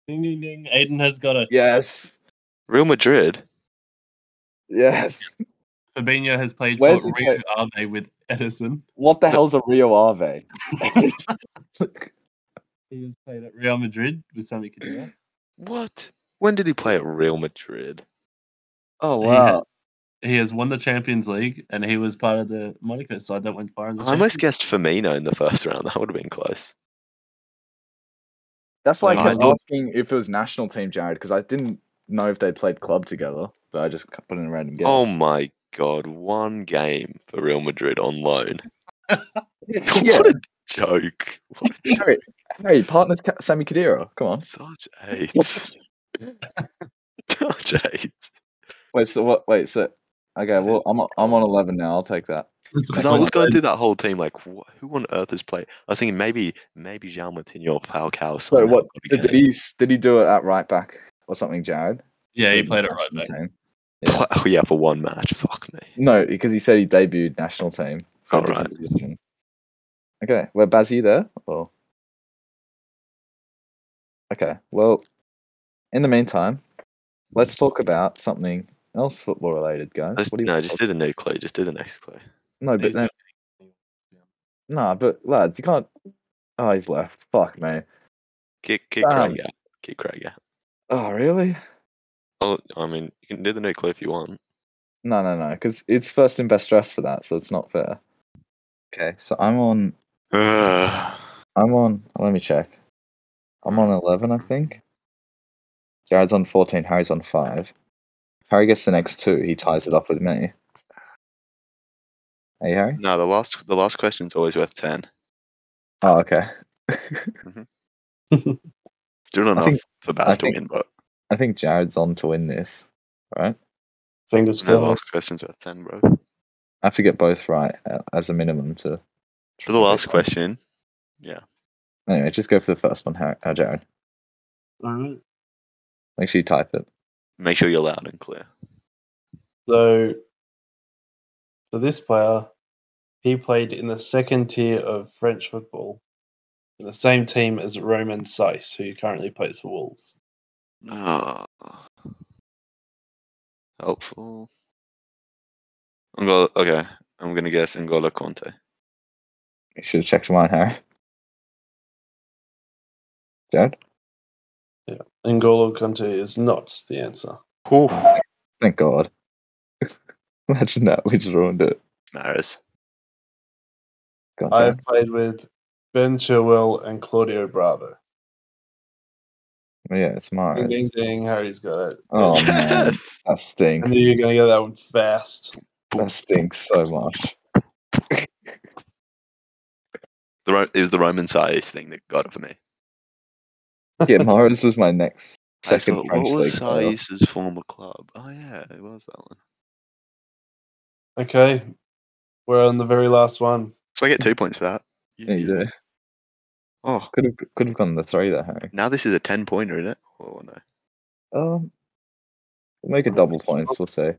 Speaker 3: Ding ding ding. Aiden has got it.
Speaker 2: Yes.
Speaker 1: Real Madrid?
Speaker 2: Yes.
Speaker 3: Fabinho has played
Speaker 2: Where's
Speaker 3: for
Speaker 2: he
Speaker 3: Rio Ave with Edison.
Speaker 2: What the hell's a Rio Ave?
Speaker 3: He has played at Real Madrid with Sami Khedira.
Speaker 1: What? When did he play at Real Madrid?
Speaker 2: oh
Speaker 3: He had-
Speaker 2: wow.
Speaker 3: He has won the Champions League, and he was part of the Monaco side that went far in the
Speaker 1: I almost
Speaker 3: Champions.
Speaker 1: guessed Firmino in the first round. That would have been close.
Speaker 2: That's like
Speaker 1: I
Speaker 2: I'm
Speaker 1: thought-
Speaker 2: asking if it was national team, Jared, because I didn't know if they played club together, but I just c- put in a random guess.
Speaker 1: Oh my God. One game for Real Madrid on loan.
Speaker 2: yeah.
Speaker 1: What a joke. What a joke.
Speaker 2: Harry, Harry, partners Ka- Sammy Kadira. Come on.
Speaker 1: Such hate. Such hate.
Speaker 2: Wait. So what? Wait. So okay. Well, I'm on- I'm on eleven now. I'll take that.
Speaker 1: Because I was going through that whole team, like, wha who on earth has played? I was thinking maybe, maybe Jean Martino or Falcao.
Speaker 2: So
Speaker 1: somehow
Speaker 2: what
Speaker 1: got a
Speaker 2: did, did
Speaker 1: game.
Speaker 2: he s- did he do it at right back or something, Jared?
Speaker 3: Yeah, he
Speaker 2: For the
Speaker 3: played it right
Speaker 2: national
Speaker 3: back.
Speaker 2: team?
Speaker 1: Pla- Oh yeah, for one match. Fuck me.
Speaker 2: No, because he said he debuted national team for a
Speaker 1: All Oh, right.
Speaker 2: different position. Okay, well, Baz, are you there? Or... Okay, well, in the meantime, let's talk about something else football related, guys.
Speaker 1: Let's-
Speaker 2: What do you
Speaker 1: no, just do the new clue. Just do the next clue.
Speaker 2: no, but
Speaker 3: He's
Speaker 2: no, no, but lads, you can't. Oh, he's left. Fuck me.
Speaker 1: Kick, kick
Speaker 2: Bam.
Speaker 1: Craig out. Kick Craig out.
Speaker 2: Oh, really?
Speaker 1: Oh, I mean, you can do the new clue if you want.
Speaker 2: No, no, no, because it's first in best dress for that, so it's not fair. Okay, so I'm on. I'm on. Let me check. I'm on eleven, I think. Jared's on fourteen. Harry's on five. If Harry gets the next two. He ties it up with me. Hey, Harry.
Speaker 1: no, the last the last question's always worth ten.
Speaker 2: Oh, okay.
Speaker 1: Still not enough
Speaker 2: I think-
Speaker 1: for
Speaker 2: I
Speaker 1: Baz to
Speaker 2: think-
Speaker 1: win, but
Speaker 2: I think Jared's on to win this, right?
Speaker 3: Fingers
Speaker 1: no, the
Speaker 3: crossed.
Speaker 1: last question's worth ten, bro.
Speaker 2: I have to get both right uh, as a minimum to.
Speaker 1: For the last question,
Speaker 2: Anyway, just go for the first one, Harry, uh, Jared.
Speaker 3: All right.
Speaker 2: Make sure you type it.
Speaker 1: make sure you're loud and clear.
Speaker 3: So for this player, he played in the second tier of French football, in the same team as Roman Seiss, who currently plays for Wolves.
Speaker 1: Ah, Helpful. I'm going to okay. I'm gonna guess N'Golo Conte.
Speaker 2: You should have checked mine, Harry. Jared.
Speaker 3: N'Golo Kante is not the answer.
Speaker 2: Thank God. Imagine that. We just ruined it.
Speaker 1: Maris.
Speaker 2: God
Speaker 3: I
Speaker 2: damn.
Speaker 3: have played with Ben Chilwell and Claudio Bravo.
Speaker 2: Oh, Yeah, it's
Speaker 3: Ding,
Speaker 2: mine.
Speaker 3: ding, ding. Harry's got it.
Speaker 2: Oh, man.
Speaker 1: yes.
Speaker 2: That
Speaker 3: I
Speaker 2: stinks.
Speaker 3: knew you were going to get that one fast.
Speaker 2: That stinks so much.
Speaker 1: The Ro- it was the Roman size thing that got it for me.
Speaker 2: Yeah, Morris was my next
Speaker 1: I just
Speaker 2: second
Speaker 1: thought,
Speaker 2: French
Speaker 1: what was
Speaker 2: league. player.
Speaker 1: Saïs's former club? Oh yeah, it was that one.
Speaker 3: Okay. We're on the very last one.
Speaker 1: So I get two points for that. You-
Speaker 2: Yeah, you
Speaker 1: you-
Speaker 2: do.
Speaker 1: Oh,
Speaker 2: Could have could have gone the three there, Harry.
Speaker 1: now this is a ten pointer, isn't it? Oh no.
Speaker 2: Um, we'll
Speaker 1: Oh,
Speaker 2: make it double points. We'll see. Go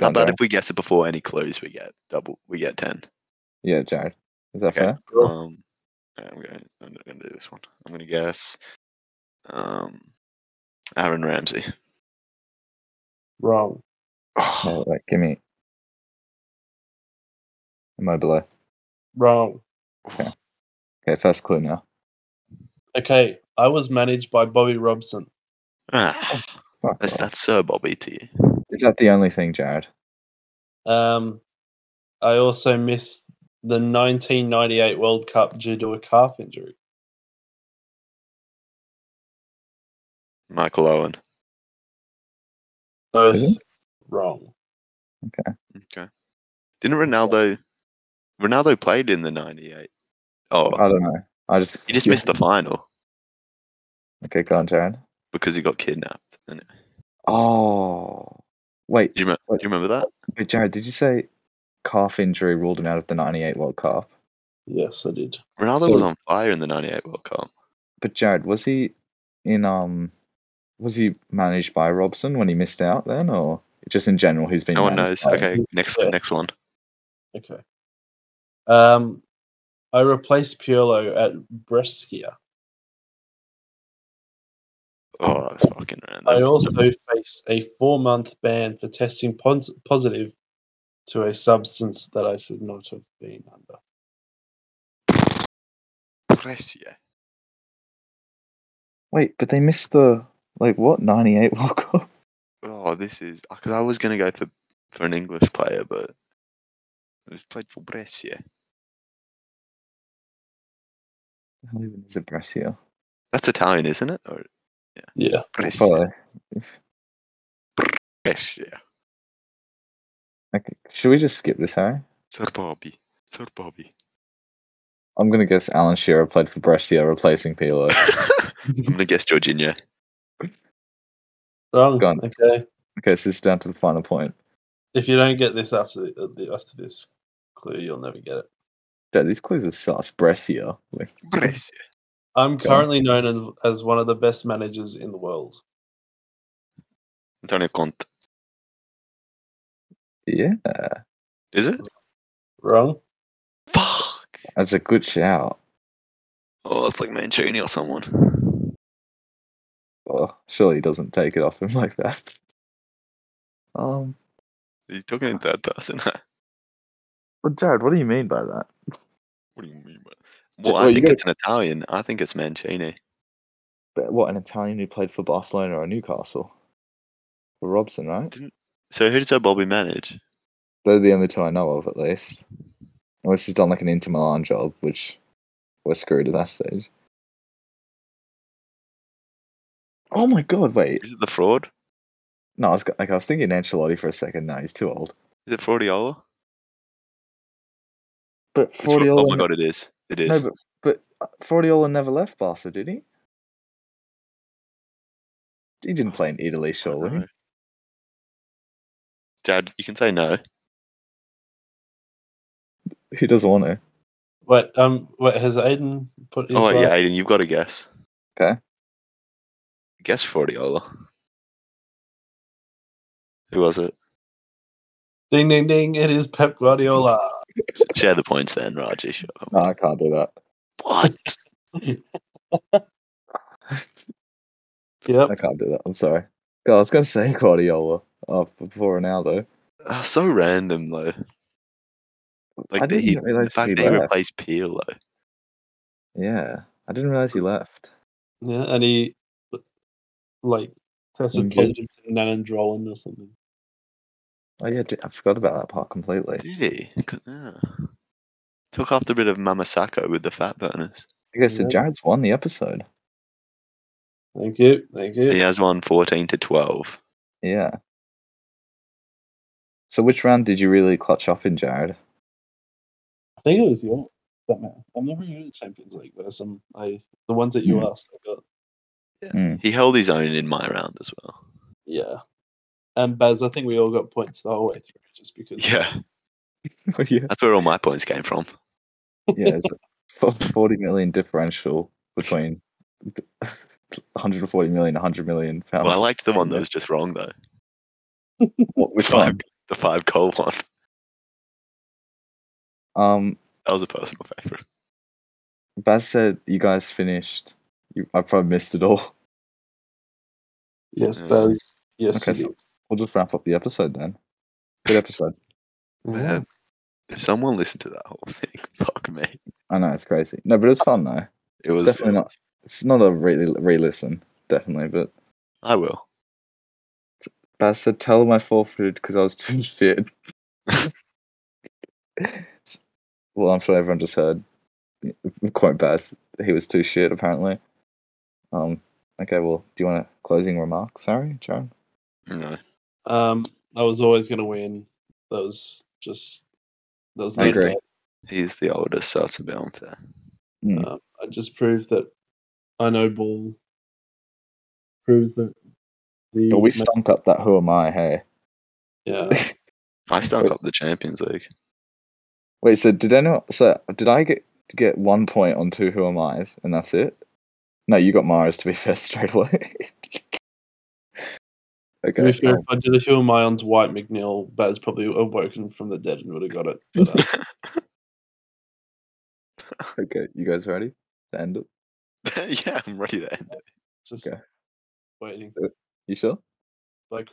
Speaker 1: How
Speaker 2: on,
Speaker 1: about
Speaker 2: Jared.
Speaker 1: if we guess it before any clues? We get double. We get ten.
Speaker 2: Yeah, Jared. Is that
Speaker 1: Okay.
Speaker 2: fair?
Speaker 3: Cool.
Speaker 1: Um, I'm going. I'm not going to do this one. I'm going to guess. Um, Aaron Ramsey.
Speaker 3: Wrong.
Speaker 1: Oh,
Speaker 2: No, like, give me. Immobile.
Speaker 3: Wrong.
Speaker 2: Okay, first clue now.
Speaker 3: Okay. I was managed by Bobby Robson.
Speaker 2: Oh.
Speaker 1: Ah,
Speaker 2: Fuck
Speaker 1: that's
Speaker 2: off.
Speaker 1: that's Sir Bobby to you.
Speaker 2: Is that the only thing, Jared?
Speaker 3: Um, I also missed the 1998 World Cup due to a calf injury.
Speaker 1: Michael Owen.
Speaker 3: Both
Speaker 2: Really?
Speaker 3: wrong.
Speaker 1: Okay. Didn't Ronaldo? Ronaldo played in the '98.
Speaker 2: I
Speaker 1: Oh,
Speaker 2: don't know. I just
Speaker 1: he just
Speaker 2: Uh, yeah.
Speaker 1: missed the final
Speaker 2: Okay, go on, Jared.
Speaker 1: because he got kidnapped. And do
Speaker 2: Oh, wait,
Speaker 1: you, rem- do you remember that?
Speaker 2: wait, Jared, did you say calf injury ruled him out of the '98 World Cup?
Speaker 3: Yes, I did.
Speaker 1: Ronaldo was
Speaker 2: So-
Speaker 1: on fire in the '98 World Cup.
Speaker 2: But Jared, was he in um, was he managed by Robson when he missed out then, or just in general, who's been?
Speaker 1: No one
Speaker 2: managed
Speaker 1: knows.
Speaker 2: by him?
Speaker 1: Okay, next
Speaker 3: Yeah.
Speaker 1: next one.
Speaker 3: Okay. Um, I replaced Pirlo at Brescia.
Speaker 1: Oh, that's fucking
Speaker 3: I
Speaker 1: random.
Speaker 3: also faced a four-month ban for testing pos- positive to a substance that I should not have been under.
Speaker 1: Brescia.
Speaker 2: Wait, but they missed the like what '98 World Cup?
Speaker 1: Oh, this is because I was gonna go for for an English player, but it was played for Brescia.
Speaker 2: How even is it Brescia?
Speaker 1: That's Italian, isn't it? Or
Speaker 3: Yeah.
Speaker 1: Brescia.
Speaker 2: Probably.
Speaker 1: Brescia.
Speaker 2: Okay, should we just skip this, Harry?
Speaker 1: Sir Bobby. Sir Bobby.
Speaker 2: I'm gonna guess Alan Shearer played for Brescia, replacing Pirlo.
Speaker 1: I'm gonna guess Jorginho.
Speaker 3: Wrong.
Speaker 2: Gone.
Speaker 3: Okay.
Speaker 2: okay, so this is down to the final point.
Speaker 3: If you don't get this after uh, the- after this clue, you'll never get it.
Speaker 2: Jared, these clues are sus. Brescia. Like,
Speaker 1: Brescia.
Speaker 3: I'm
Speaker 2: Gone.
Speaker 3: currently known as, as one of the best managers in the world.
Speaker 1: Antonio Conte.
Speaker 2: Yeah.
Speaker 1: Is it?
Speaker 3: Wrong.
Speaker 1: Fuck.
Speaker 2: That's a good shout.
Speaker 1: Oh, that's like Mancini or someone.
Speaker 2: Well, Oh, surely he doesn't take it off him like that. Um,
Speaker 1: He's talking in third person. what
Speaker 2: well, Jared, what do you mean by that?
Speaker 1: do you mean by Well,
Speaker 2: well,
Speaker 1: I
Speaker 2: you
Speaker 1: think
Speaker 2: gotta-
Speaker 1: it's an Italian. I think it's Mancini.
Speaker 2: But what an Italian who played for Barcelona or Newcastle? For Robson, right?
Speaker 1: So who does Bobby manage?
Speaker 2: They're the only two I know of, at least. Unless he's done like an Inter Milan job, which we're screwed at that stage. Oh my god! Wait,
Speaker 1: Is it the fraud?
Speaker 2: no, I was go- like I was thinking Ancelotti for a second. No, he's too old.
Speaker 1: Is it Fraudiola?
Speaker 2: But
Speaker 1: It's Fra-
Speaker 2: Fraudiola,
Speaker 1: oh my god, it is. It
Speaker 2: no,
Speaker 1: is.
Speaker 2: but but uh, Fraudiola never left Barca, did he? He didn't play in Italy, surely.
Speaker 1: No. Dad, you can say no.
Speaker 2: Who doesn't want to?
Speaker 3: Wait, um, wait, has Aiden put his?
Speaker 1: oh wait,
Speaker 3: uh,
Speaker 1: yeah, Aiden, you've got to guess.
Speaker 2: Okay.
Speaker 1: Guess Fraudiola. Who was it?
Speaker 3: Ding ding ding! It is Pep Guardiola.
Speaker 1: Share the points then, Raji. Shut up.
Speaker 2: No, I can't do that.
Speaker 1: What?
Speaker 3: Yep.
Speaker 2: I can't do that. I'm sorry. God, I was going to say Guardiola uh, before now, though.
Speaker 1: Uh, so random though. Like
Speaker 2: I
Speaker 1: the,
Speaker 2: didn't
Speaker 1: the
Speaker 2: realize he
Speaker 1: fact that he
Speaker 2: left.
Speaker 1: replaced Peel though.
Speaker 2: Yeah, I didn't realize he left.
Speaker 3: Yeah, and he like tested
Speaker 2: Injured.
Speaker 3: positive to Nanandrolin or something.
Speaker 2: Oh yeah, d- I forgot about that part completely.
Speaker 1: Did he? C- Yeah. Took after a bit of Mamasako with the fat burners.
Speaker 2: I guess so
Speaker 3: Yeah.
Speaker 2: Jared's won the episode.
Speaker 3: Thank you, thank you.
Speaker 1: He has won 14 to 12.
Speaker 2: Yeah. So which round did you really clutch up in, Jared?
Speaker 3: I think it was your that man. I'm not really good at Champions League, but there's some I the ones that you
Speaker 2: Hmm.
Speaker 3: asked I got.
Speaker 1: He held his own in my round as well.
Speaker 3: Yeah. And Baz, I think we all got points the whole way through just because
Speaker 1: Yeah,
Speaker 2: Oh yeah.
Speaker 1: that's where all my points came from.
Speaker 2: Yeah, it's a f- forty million differential between 140 million, 100 million pounds.
Speaker 1: Well, I liked the one that
Speaker 2: Um, yeah.
Speaker 1: was just wrong though.
Speaker 2: What- which
Speaker 1: five,
Speaker 2: one?
Speaker 1: The five coal one.
Speaker 2: Um,
Speaker 1: That was a personal favorite.
Speaker 2: Baz said you guys finished. You, I probably missed it all.
Speaker 3: Yes,
Speaker 1: Yeah.
Speaker 3: Baz. Yes,
Speaker 2: Okay,
Speaker 3: you
Speaker 2: so we'll just wrap up the episode then. Good episode.
Speaker 3: did.
Speaker 1: Man, if someone listened to that whole thing, fuck me.
Speaker 2: I know it's crazy. No, but it's fun though.
Speaker 1: It was
Speaker 2: definitely
Speaker 1: it
Speaker 2: not-
Speaker 1: was-
Speaker 2: It's not a really re-listen, definitely. But
Speaker 1: I will.
Speaker 2: Baz said, "Tell him I forfeited because I was too shit." well, I'm sure everyone just heard. Quite bad. He was too shit, apparently. Um. Okay. Well, do you want a closing remark? Sorry, Jared.
Speaker 1: No.
Speaker 3: Um I was always gonna win. That was just that was
Speaker 2: I
Speaker 3: no
Speaker 2: agree.
Speaker 3: doubt.
Speaker 1: He's the oldest, so it's a bit unfair.
Speaker 2: Mm.
Speaker 3: Um, I just proved that I know ball proves that the
Speaker 2: Well, we
Speaker 3: most-
Speaker 2: stunk up that. Who am I? Hey.
Speaker 3: yeah.
Speaker 1: I stunk
Speaker 2: Wait.
Speaker 1: up the Champions League.
Speaker 2: Wait. So did anyone? So did I get get one point on two Who am I's, and that's it? No, you got Mars to be fair straight away.
Speaker 3: To be
Speaker 2: okay.
Speaker 3: fair, if I did a Who Am I on Dwight McNeil, Baz probably awoken from the dead and would have got it. But, uh,
Speaker 2: uh, Okay, you guys ready to end it?
Speaker 1: yeah, I'm ready to end.
Speaker 3: just
Speaker 2: Okay.
Speaker 3: waiting.
Speaker 2: You sure?